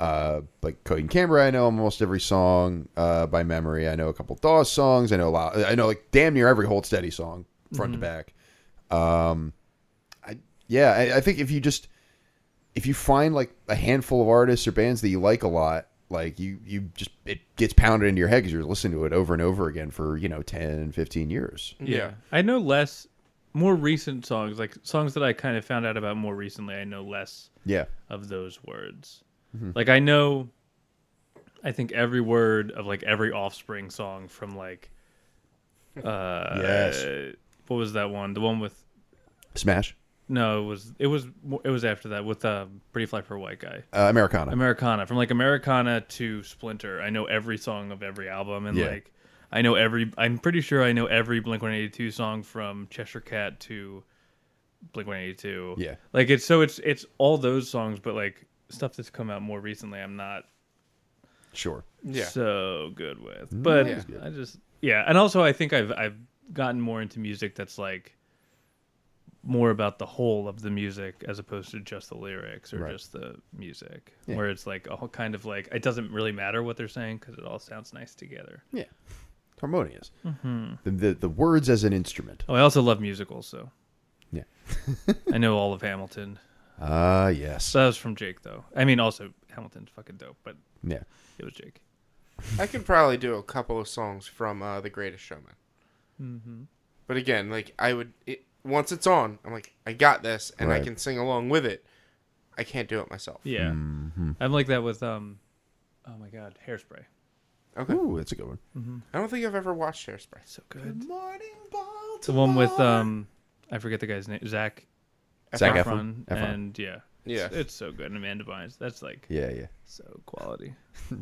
uh, like Cody and Canberra. I know almost every song uh, by memory. I know a couple Dawes songs. I know a lot. I know like damn near every Hold Steady song front to back. Um, I yeah, I, I think if you just if you find like a handful of artists or bands that you like a lot, like you you just it gets pounded into your head because you're listening to it over and over again for you know 10, 15 years. Yeah. I know less, more recent songs, like songs that I kind of found out about more recently. I know less Yeah, of those words. Like I know, I think every word of like every Offspring song from like, uh, Yes. what was that one? The one with Smash, no, it was it was it was after that with uh, Pretty Fly for a White Guy. uh, Americana. Americana from like Americana to Splinter. I know every song of every album and Yeah. like I know every I'm pretty sure I know every Blink-182 song from Cheshire Cat to Blink-182. Yeah. Like it's so it's it's all those songs but like stuff that's come out more recently I'm not sure. Yeah. so good with. Mm, But Yeah. I just yeah, and also I think I've I've gotten more into music that's like more about the whole of the music as opposed to just the lyrics or Right. just the music, where it's like all kind of like it doesn't really matter what they're saying because it all sounds nice together. Yeah, harmonious. Mm-hmm. The, the the words as an instrument. Oh, I also love musicals, so Yeah. I know all of Hamilton. Ah, yes. So that was from Jake, though. I mean, also Hamilton's fucking dope, but Yeah. it was Jake. I could probably do a couple of songs from uh, The Greatest Showman. But again, like I would, it, once it's on, I'm like, I got this, and Right. I can sing along with it. I can't do it myself. Yeah, Mm-hmm. I'm like that with um, oh my god, Hairspray, Okay. Ooh, that's a good one. I don't think I've ever watched Hairspray. so good. Morning, The one with um, I forget the guy's name, Zach Zac Efron, Efron. Efron. and yeah, Yeah. it's, it's so good. And Amanda Bynes, that's like Yeah, yeah. so quality.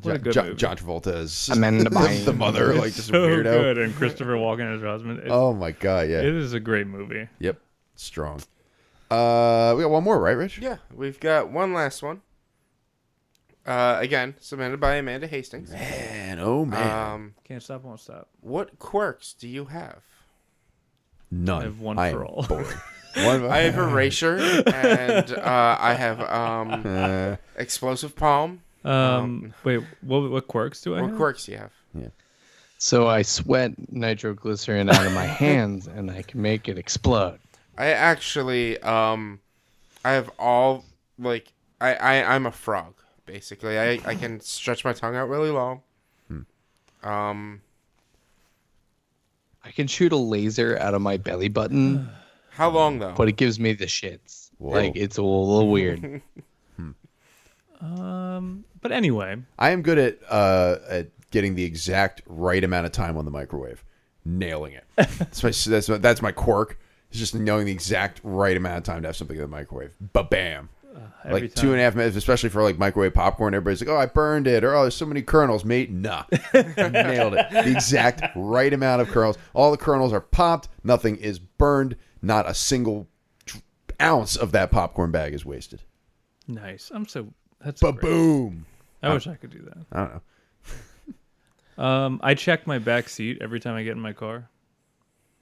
What a John, good John, movie. John Travolta is Amanda the, Bynes. the mother, like just so a weirdo. good, and Christopher Walken as her husband. It's, Oh my god, yeah. It is a great movie. Yep, strong. Uh, we got one more, right, Rich? Yeah, we've got one last one. Uh, again, submitted by Amanda Hastings. Man, oh man. Um, Can't stop, won't stop. what quirks do you have? None. I have one I for am all. bored. One. I have erasure, and uh, I have um, Uh, explosive palm. Um, wait, what what quirks do I What have? quirks do you have? So I sweat nitroglycerin out of my hands and I can make it explode. I actually, um, I have all like I, I I'm a frog basically. I I can stretch my tongue out really long. Um, I can shoot a laser out of my belly button, how long though? but it gives me the shits. Whoa. Like it's a little weird. Um, but anyway, I am good at uh at getting the exact right amount of time on the microwave, nailing it. That's my that's my, that's my quirk. Is just knowing the exact right amount of time to have something in the microwave. Ba bam. every Like time. two and a half minutes, especially for like microwave popcorn. Everybody's like, "Oh, I burned it," or "Oh, there's so many kernels, mate." Nah, nailed it. The exact right amount of kernels. All the kernels are popped. Nothing is burned. Not a single tr- ounce of that popcorn bag is wasted. nice. I'm so that's Ba great. boom. I wish I could do that. I don't know. Um, I check my back seat every time I get in my car,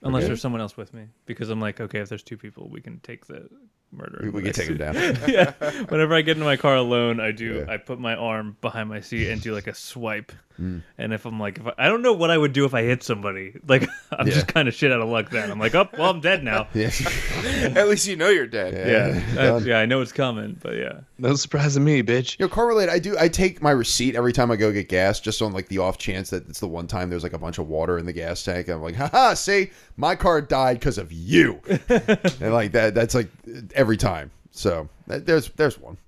unless Okay. there's someone else with me, because I'm like, okay, if there's two people, we can take the murder. We, we can take him down. yeah. Whenever I get into my car alone, I do. Yeah. I put my arm behind my seat and do like a swipe. Mm. And if I'm like, if I, I don't know what I would do if I hit somebody. Like I'm Yeah. just kind of shit out of luck. Then I'm like, oh, well, I'm dead now. Yeah. At least you know you're dead. Yeah, Yeah. That's- yeah, I know it's coming, but yeah, No surprise to me, bitch. Yo, car related. I do. I take my receipt every time I go get gas, just on like the off chance that it's the one time there's like a bunch of water in the gas tank. I'm like, haha, see, my car died because of you, and like that. That's like every time. So that, there's there's one.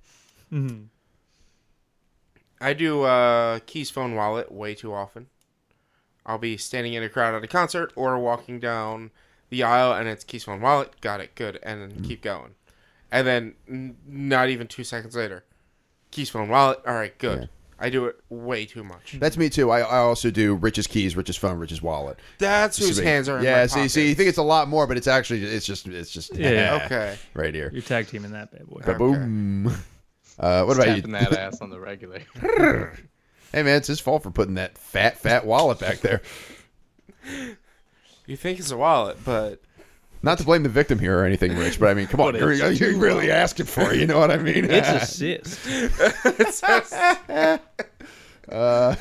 I do uh, keys, phone, wallet way too often. I'll be standing in a crowd at a concert or walking down the aisle, and it's keys, phone, wallet. Got it, good, and then keep going. And then n- not even two seconds later, keys, phone, wallet. All right, good. I do it way too much. That's me too. I, I also do richest keys, richest phone, richest wallet. That's whose See, hands are in yeah. my see, see, you pockets. think it's a lot more, but it's actually it's just it's just Yeah. Okay. right here. you're tag teaming that bad boy. Boom. Uh, what about you? Tapping that ass on the regular. Hey man, it's his fault for putting that fat fat wallet back there. You think it's a wallet, but Not to blame the victim here or anything, Rich, but I mean, come on, you're, you're really asking for it. You know what I mean? It's a cyst. Uh,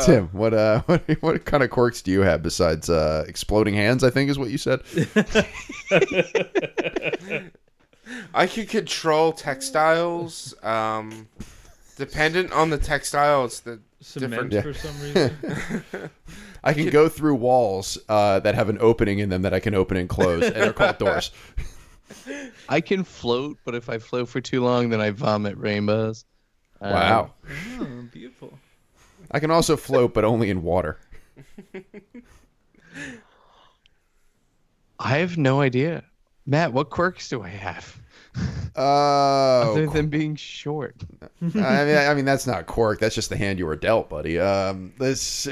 Tim, what uh, what, what kind of quirks do you have besides uh, exploding hands? I think is what you said. I can control textiles. Um, dependent on the textiles, the Cement different. for some reason. I can go through walls uh, that have an opening in them that I can open and close, and they're called doors. I can float, but if I float for too long, then I vomit rainbows. Um, Wow. oh, beautiful. I can also float, but only in water. I have no idea. Matt, what quirks do I have? Other Oh, than being short. I mean, I mean that's not quirk. That's just the hand you were dealt, buddy. Um, this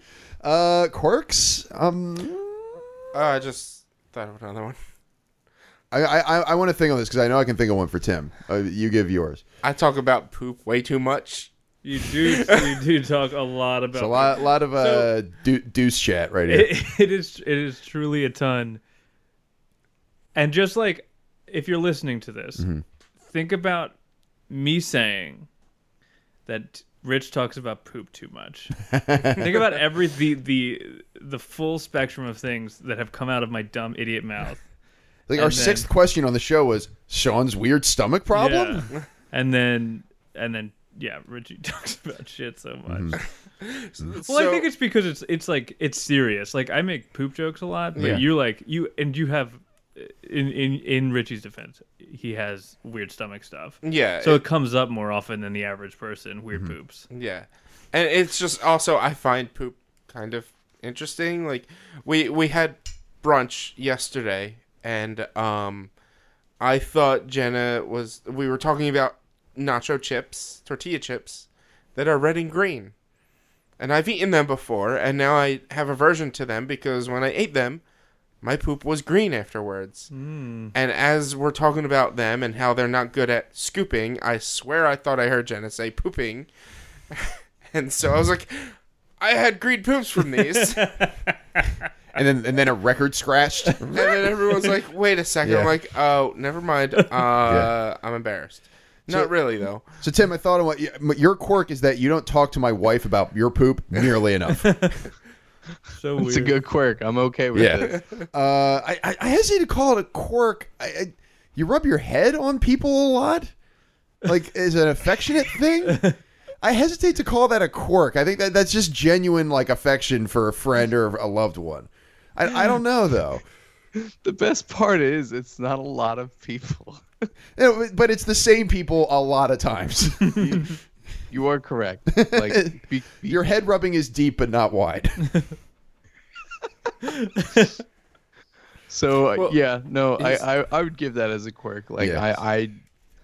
uh, quirks. Um, Oh, I just thought of another one. I I, I want to think on this because I know I can think of one for Tim. Uh, you give yours. I talk about poop way too much. You do you do talk a lot about It's a lot lot of uh, deu- deuce chat right here. it, it is it is truly a ton. And just like if you're listening to this, think about me saying that Rich talks about poop too much. think about every the, the the full spectrum of things that have come out of my dumb idiot mouth. Like our And then- sixth question on the show was Sean's weird stomach problem. Yeah. And then and then yeah, Richie talks about shit so much. Well, I think it's because it's it's like it's serious. Like I make poop jokes a lot, but Yeah. you like you and you have in in in Richie's defense, he has weird stomach stuff. yeah, So so it comes up more often than the average person. Weird poops. yeah, and it's just also I find poop kind of interesting. Like we we had brunch yesterday, and um, I thought Jenna was. We were talking about nacho chips, tortilla chips, that are red and green, and I've eaten them before, and now I have aversion to them because when I ate them, my poop was green afterwards. And as we're talking about them and how they're not good at scooping, I swear I thought I heard Jenna say pooping. and so I was like, I had green poops from these. and And then and then a record scratched. then everyone's like, wait a second. Yeah. I'm like, oh, never mind. Uh, I'm embarrassed. Not really, though. so Tim, I thought of what your quirk is that you don't talk to my wife about your poop nearly enough. uh, So It's a weird. good quirk. I'm okay with Yeah. it. Uh, I, I I hesitate to call it a quirk. I, I, you rub your head on people a lot. Like is it an affectionate thing. I hesitate to call that a quirk. I think that that's just genuine like affection for a friend or a loved one. I, I don't know though. The best part is it's not a lot of people. Yeah, But it's the same people a lot of times. You are correct. Like be, be- Your head rubbing is deep but not wide. so uh, Well, yeah, no, it's- I, I I would give that as a quirk. Like Yes. I,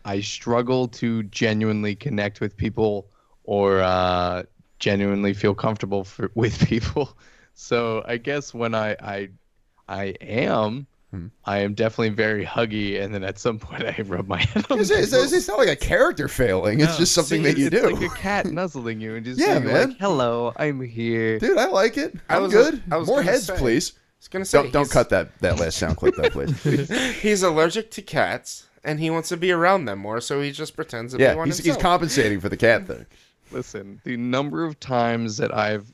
I I struggle to genuinely connect with people or uh, genuinely feel comfortable for, with people. So I guess when I I I am Hmm. I am definitely very huggy, and then at some point I rub my head on. It's, it's- people. it's- it's not like a character failing. It's No. just something that you it's do. like a cat nuzzling you and just Yeah, being man. like, "Hello, I'm here." Dude, I like it. I I'm was- good. I was More gonna heads, say- please. I was going to say, Don't don't he's- cut that, that last sound clip though, please. He's allergic to cats, and he wants to be around them more, so he just pretends to be Yeah, one he's, he's himself. compensating for the cat thing. Listen, the number of times that I've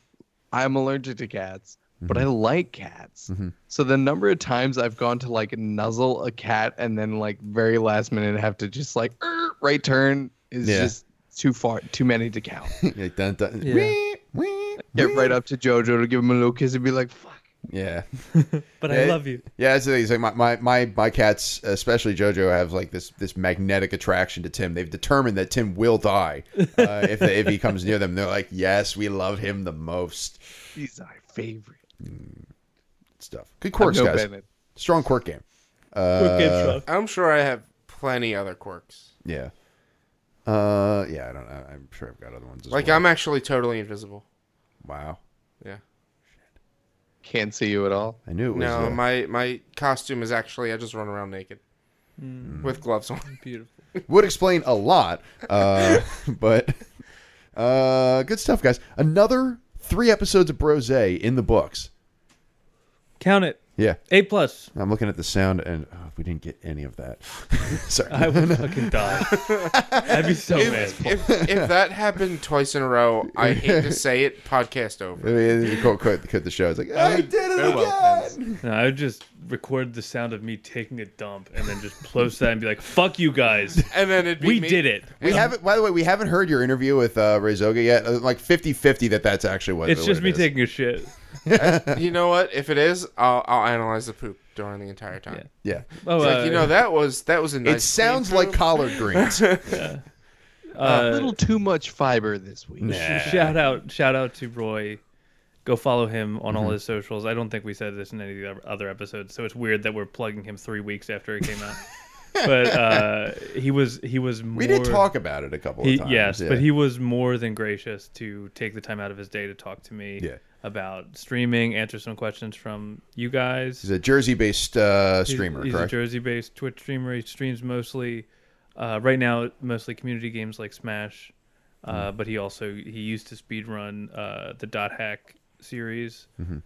I'm allergic to cats, but Mm-hmm. I like cats. So the number of times I've gone to like nuzzle a cat and then like very last minute have to just like "Er," right turn is Yeah. just too far, too many to count. like, dun, dun, Yeah. wee, wee, Get wee. right up to JoJo to give him a little kiss and be like, "Fuck." Yeah. Yeah, But I love you. Yeah, that's the thing. It's like my, my, my, my cats, especially Jojo, have like this this magnetic attraction to Tim. They've determined that Tim will die uh, if they, if he comes near them. They're like, yes, we love him the most. He's our favorite. Stuff. Good quirks, I know guys. Bennett. Strong quirk game. Quick game, Uh, Sean. I'm sure I have plenty other quirks. yeah. Uh, yeah. I don't. know. I'm sure I've got other ones. As Like well. I'm actually totally invisible. Wow. Yeah. Can't see you at all. I knew it was. No, uh, my my costume is actually I just run around naked with gloves on. Beautiful. would explain a lot. Uh, but uh, good stuff, guys. Another three episodes of Brose in the books. Count it. Yeah. A plus. I'm looking at the sound, and oh, we didn't get any of that. Sorry. I would fucking die. I'd be so mad. If, if, if that happened twice in a row, I hate to say it. Podcast I over. mean, you cut, cut, cut the show. It's like I did it Farewell, friends. again. No, I would just record the sound of me taking a dump and then just post that and be like, "Fuck you guys, And then it'd be we me- did it." We haven't. By the way, we haven't heard your interview with uh, Rezoga yet. Uh, Like 50-50 that that's actually what. It's what just it me is. taking a shit. You know what? If it is, I'll, I'll analyze the poop during the entire time. Yeah. Yeah. Oh, It's uh, like you know that was that was a nice. it sounds clean like poop. collard greens. uh, a little too much fiber this week. sh- shout out, shout out to Roy. Go follow him on all his socials. I don't think we said this in any of the other episodes, so it's weird that we're plugging him three weeks after it came out. but uh, he was he was more. we did talk about it a couple He, of times. yes, yeah. but he was more than gracious to take the time out of his day to talk to me Yeah. about streaming, answer some questions from you guys. He's a Jersey-based uh, streamer, He's, he's correct? a Jersey-based Twitch streamer. He streams mostly, uh, right now, mostly community games like Smash. Mm-hmm. Uh, But he also he used to speedrun uh, the Dot Hack series, Mm-hmm.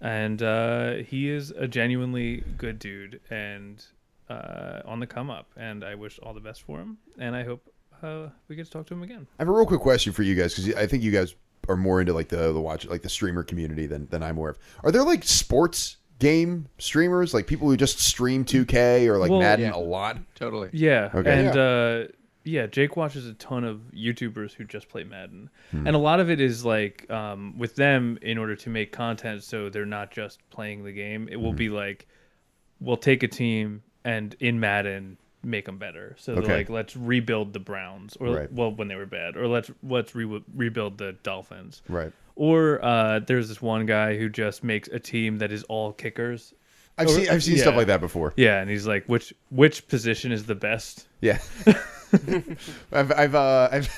and uh, he is a genuinely good dude and uh, on the come up. And I wish all the best for him, and I hope uh, we get to talk to him again. I have a real quick question for you guys because I think you guys are more into like the the watch like the streamer community than than I'm aware of. Are there like sports game streamers like people who just stream 2K or like Well, Madden yeah. a lot? Totally. Yeah, Okay. and Uh, yeah, Jake watches a ton of YouTubers who just play Madden, Hmm. and a lot of it is like um, with them in order to make content, so they're not just playing the game. It will Hmm. be like we'll take a team and in Madden make them better. So Okay. they're like, let's rebuild the Browns, or Right. well, when they were bad, or let's let's re- rebuild the Dolphins, Right. Or uh, there's this one guy who just makes a team that is all kickers. I've Or- seen I've seen stuff yeah. like that before. Yeah, and he's like, which which position is the best? Yeah. I've I've uh, I've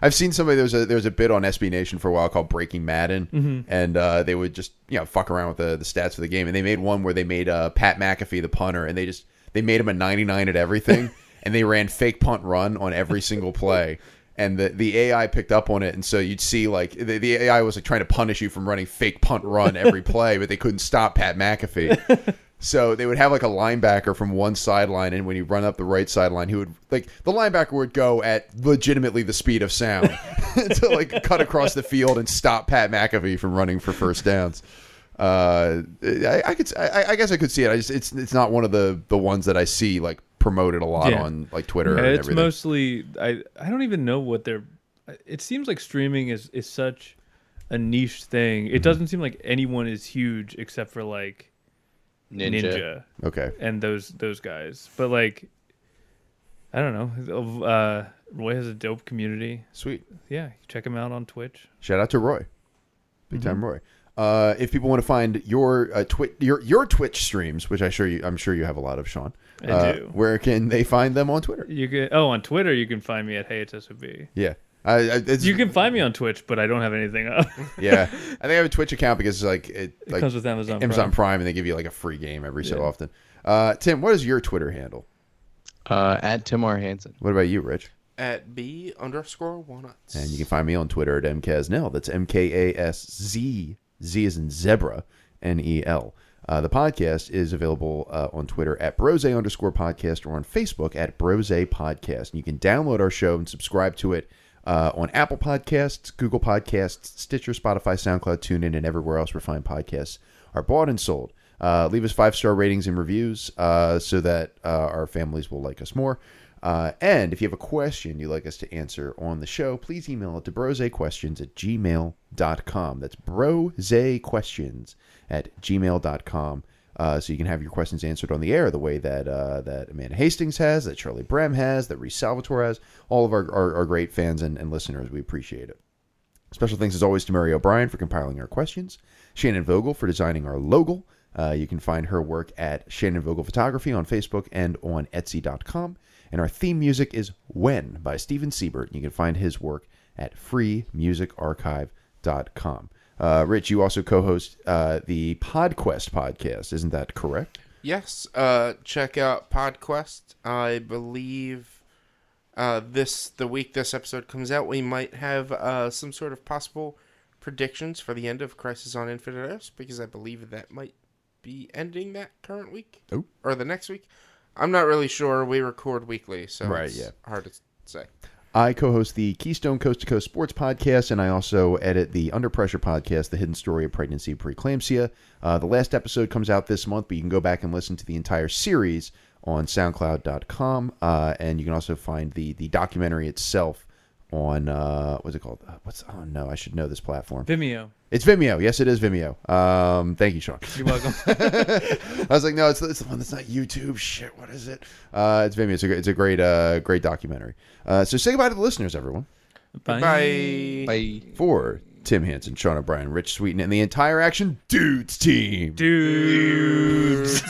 I've seen somebody there was a there was a bit on SB Nation for a while called Breaking Madden, and uh, they would just you know fuck around with the the stats of the game, and they made one where they made uh, Pat McAfee the punter, and they just they made him a 99 at everything, and they ran fake punt run on every single play. And the, the AI picked up on it, and so you'd see like the, the AI was like trying to punish you from running fake punt run every play, but they couldn't stop Pat McAfee. So they would have like a linebacker from one sideline, and when you run up the right sideline, he would like the linebacker would go at legitimately the speed of sound to like cut across the field and stop Pat McAfee from running for first downs. Uh, I, I could, I, I guess I could see it. I just it's it's not one of the the ones that I see like promoted a lot Yeah. on like Twitter Yeah, and it's everything. mostly I I don't even know what they're. It seems like streaming is is such a niche thing. Mm-hmm. It doesn't seem like anyone is huge except for like Ninja, okay, and those those guys. But like, I don't know. Uh, Roy has a dope community. sweet. Yeah, check him out on Twitch. Shout out to Roy, big Mm-hmm. time Roy. Uh, if people want to find your uh, Twitch your your Twitch streams, which I sure you I'm sure you have a lot of, Sean. I uh, do. Where can they find them on Twitter? You can oh on Twitter you can find me at hey it's sob. Yeah. I, I, it's, You can find me on Twitch, but I don't have anything up. yeah. I think I have a Twitch account because it's like it, it like comes with Amazon. Prime. Amazon Prime. and they give you like a free game every so Yeah. often. Uh, Tim, what is your Twitter handle? Uh, at Timar Hansen. What about you, Rich? at b underscore walnuts. And you can find me on Twitter at mkaznel. That's M K A S Z Z is in zebra N E L. Uh, the podcast is available uh, on Twitter at brose underscore podcast or on Facebook at brose podcast. And you can download our show and subscribe to it uh, on Apple Podcasts, Google Podcasts, Stitcher, Spotify, SoundCloud, TuneIn, and everywhere else where fine podcasts are bought and sold. Uh, leave us five star ratings and reviews uh, so that uh, our families will like us more. Uh, and if you have a question you'd like us to answer on the show, please email it to brosequestions at gmail.com. That's brosequestions at gmail.com. Uh, so you can have your questions answered on the air the way that uh, that Amanda Hastings has, that Charlie Brem has, that Reese Salvatore has. All of our, our, our great fans and, and listeners, we appreciate it. Special thanks as always to Mary O'Brien for compiling our questions, Shannon Vogel for designing our logo. Uh, you can find her work at Shannon Vogel Photography on Facebook and on Etsy.com. And our theme music is When by Steven Siebert. You can find his work at freemusicarchive.com. Uh, Rich, you also co host uh, the PodQuest podcast. Isn't that correct? Yes, uh, check out PodQuest. I believe uh, this the week this episode comes out, we might have uh, some sort of possible predictions for the end of Crisis on Infinite Earths because I believe that might be ending that current week Oh. or the next week. I'm not really sure. We record weekly, so Right, it's yeah. hard to say. I co host the Keystone Coast to Coast Sports podcast, and I also edit the Under Pressure podcast, The Hidden Story of Pregnancy and Preeclampsia. Uh, the last episode comes out this month, but you can go back and listen to the entire series on SoundCloud.com. Uh, and you can also find the, the documentary itself on, uh, what's it called? Uh, What's, oh no, I should know this platform. Vimeo. It's Vimeo. Yes, it is Vimeo. Um, thank you, Sean. You're welcome. I was like, no, it's, it's the one that's not YouTube. Shit, what is it? Uh, it's Vimeo. It's a, gr- it's a great, uh, great documentary. Uh, so say goodbye to the listeners, everyone. Bye. Bye. for Tim Hansen, Sean O'Brien, Rich Sweeten, and the entire Action Dudes team. Dude.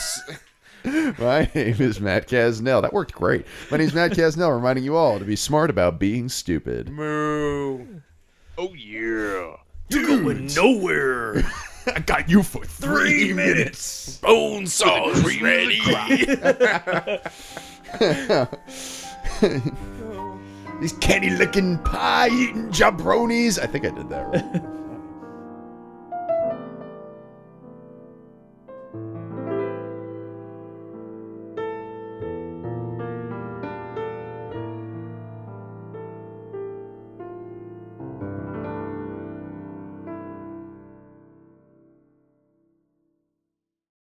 My name is Matt Casnell. That worked great. My name is Matt Casnell, reminding you all to be smart about being stupid. Moo. I got you for three, minutes. Bone saws ready. These candy licking, pie eating jabronis. I think I did that right.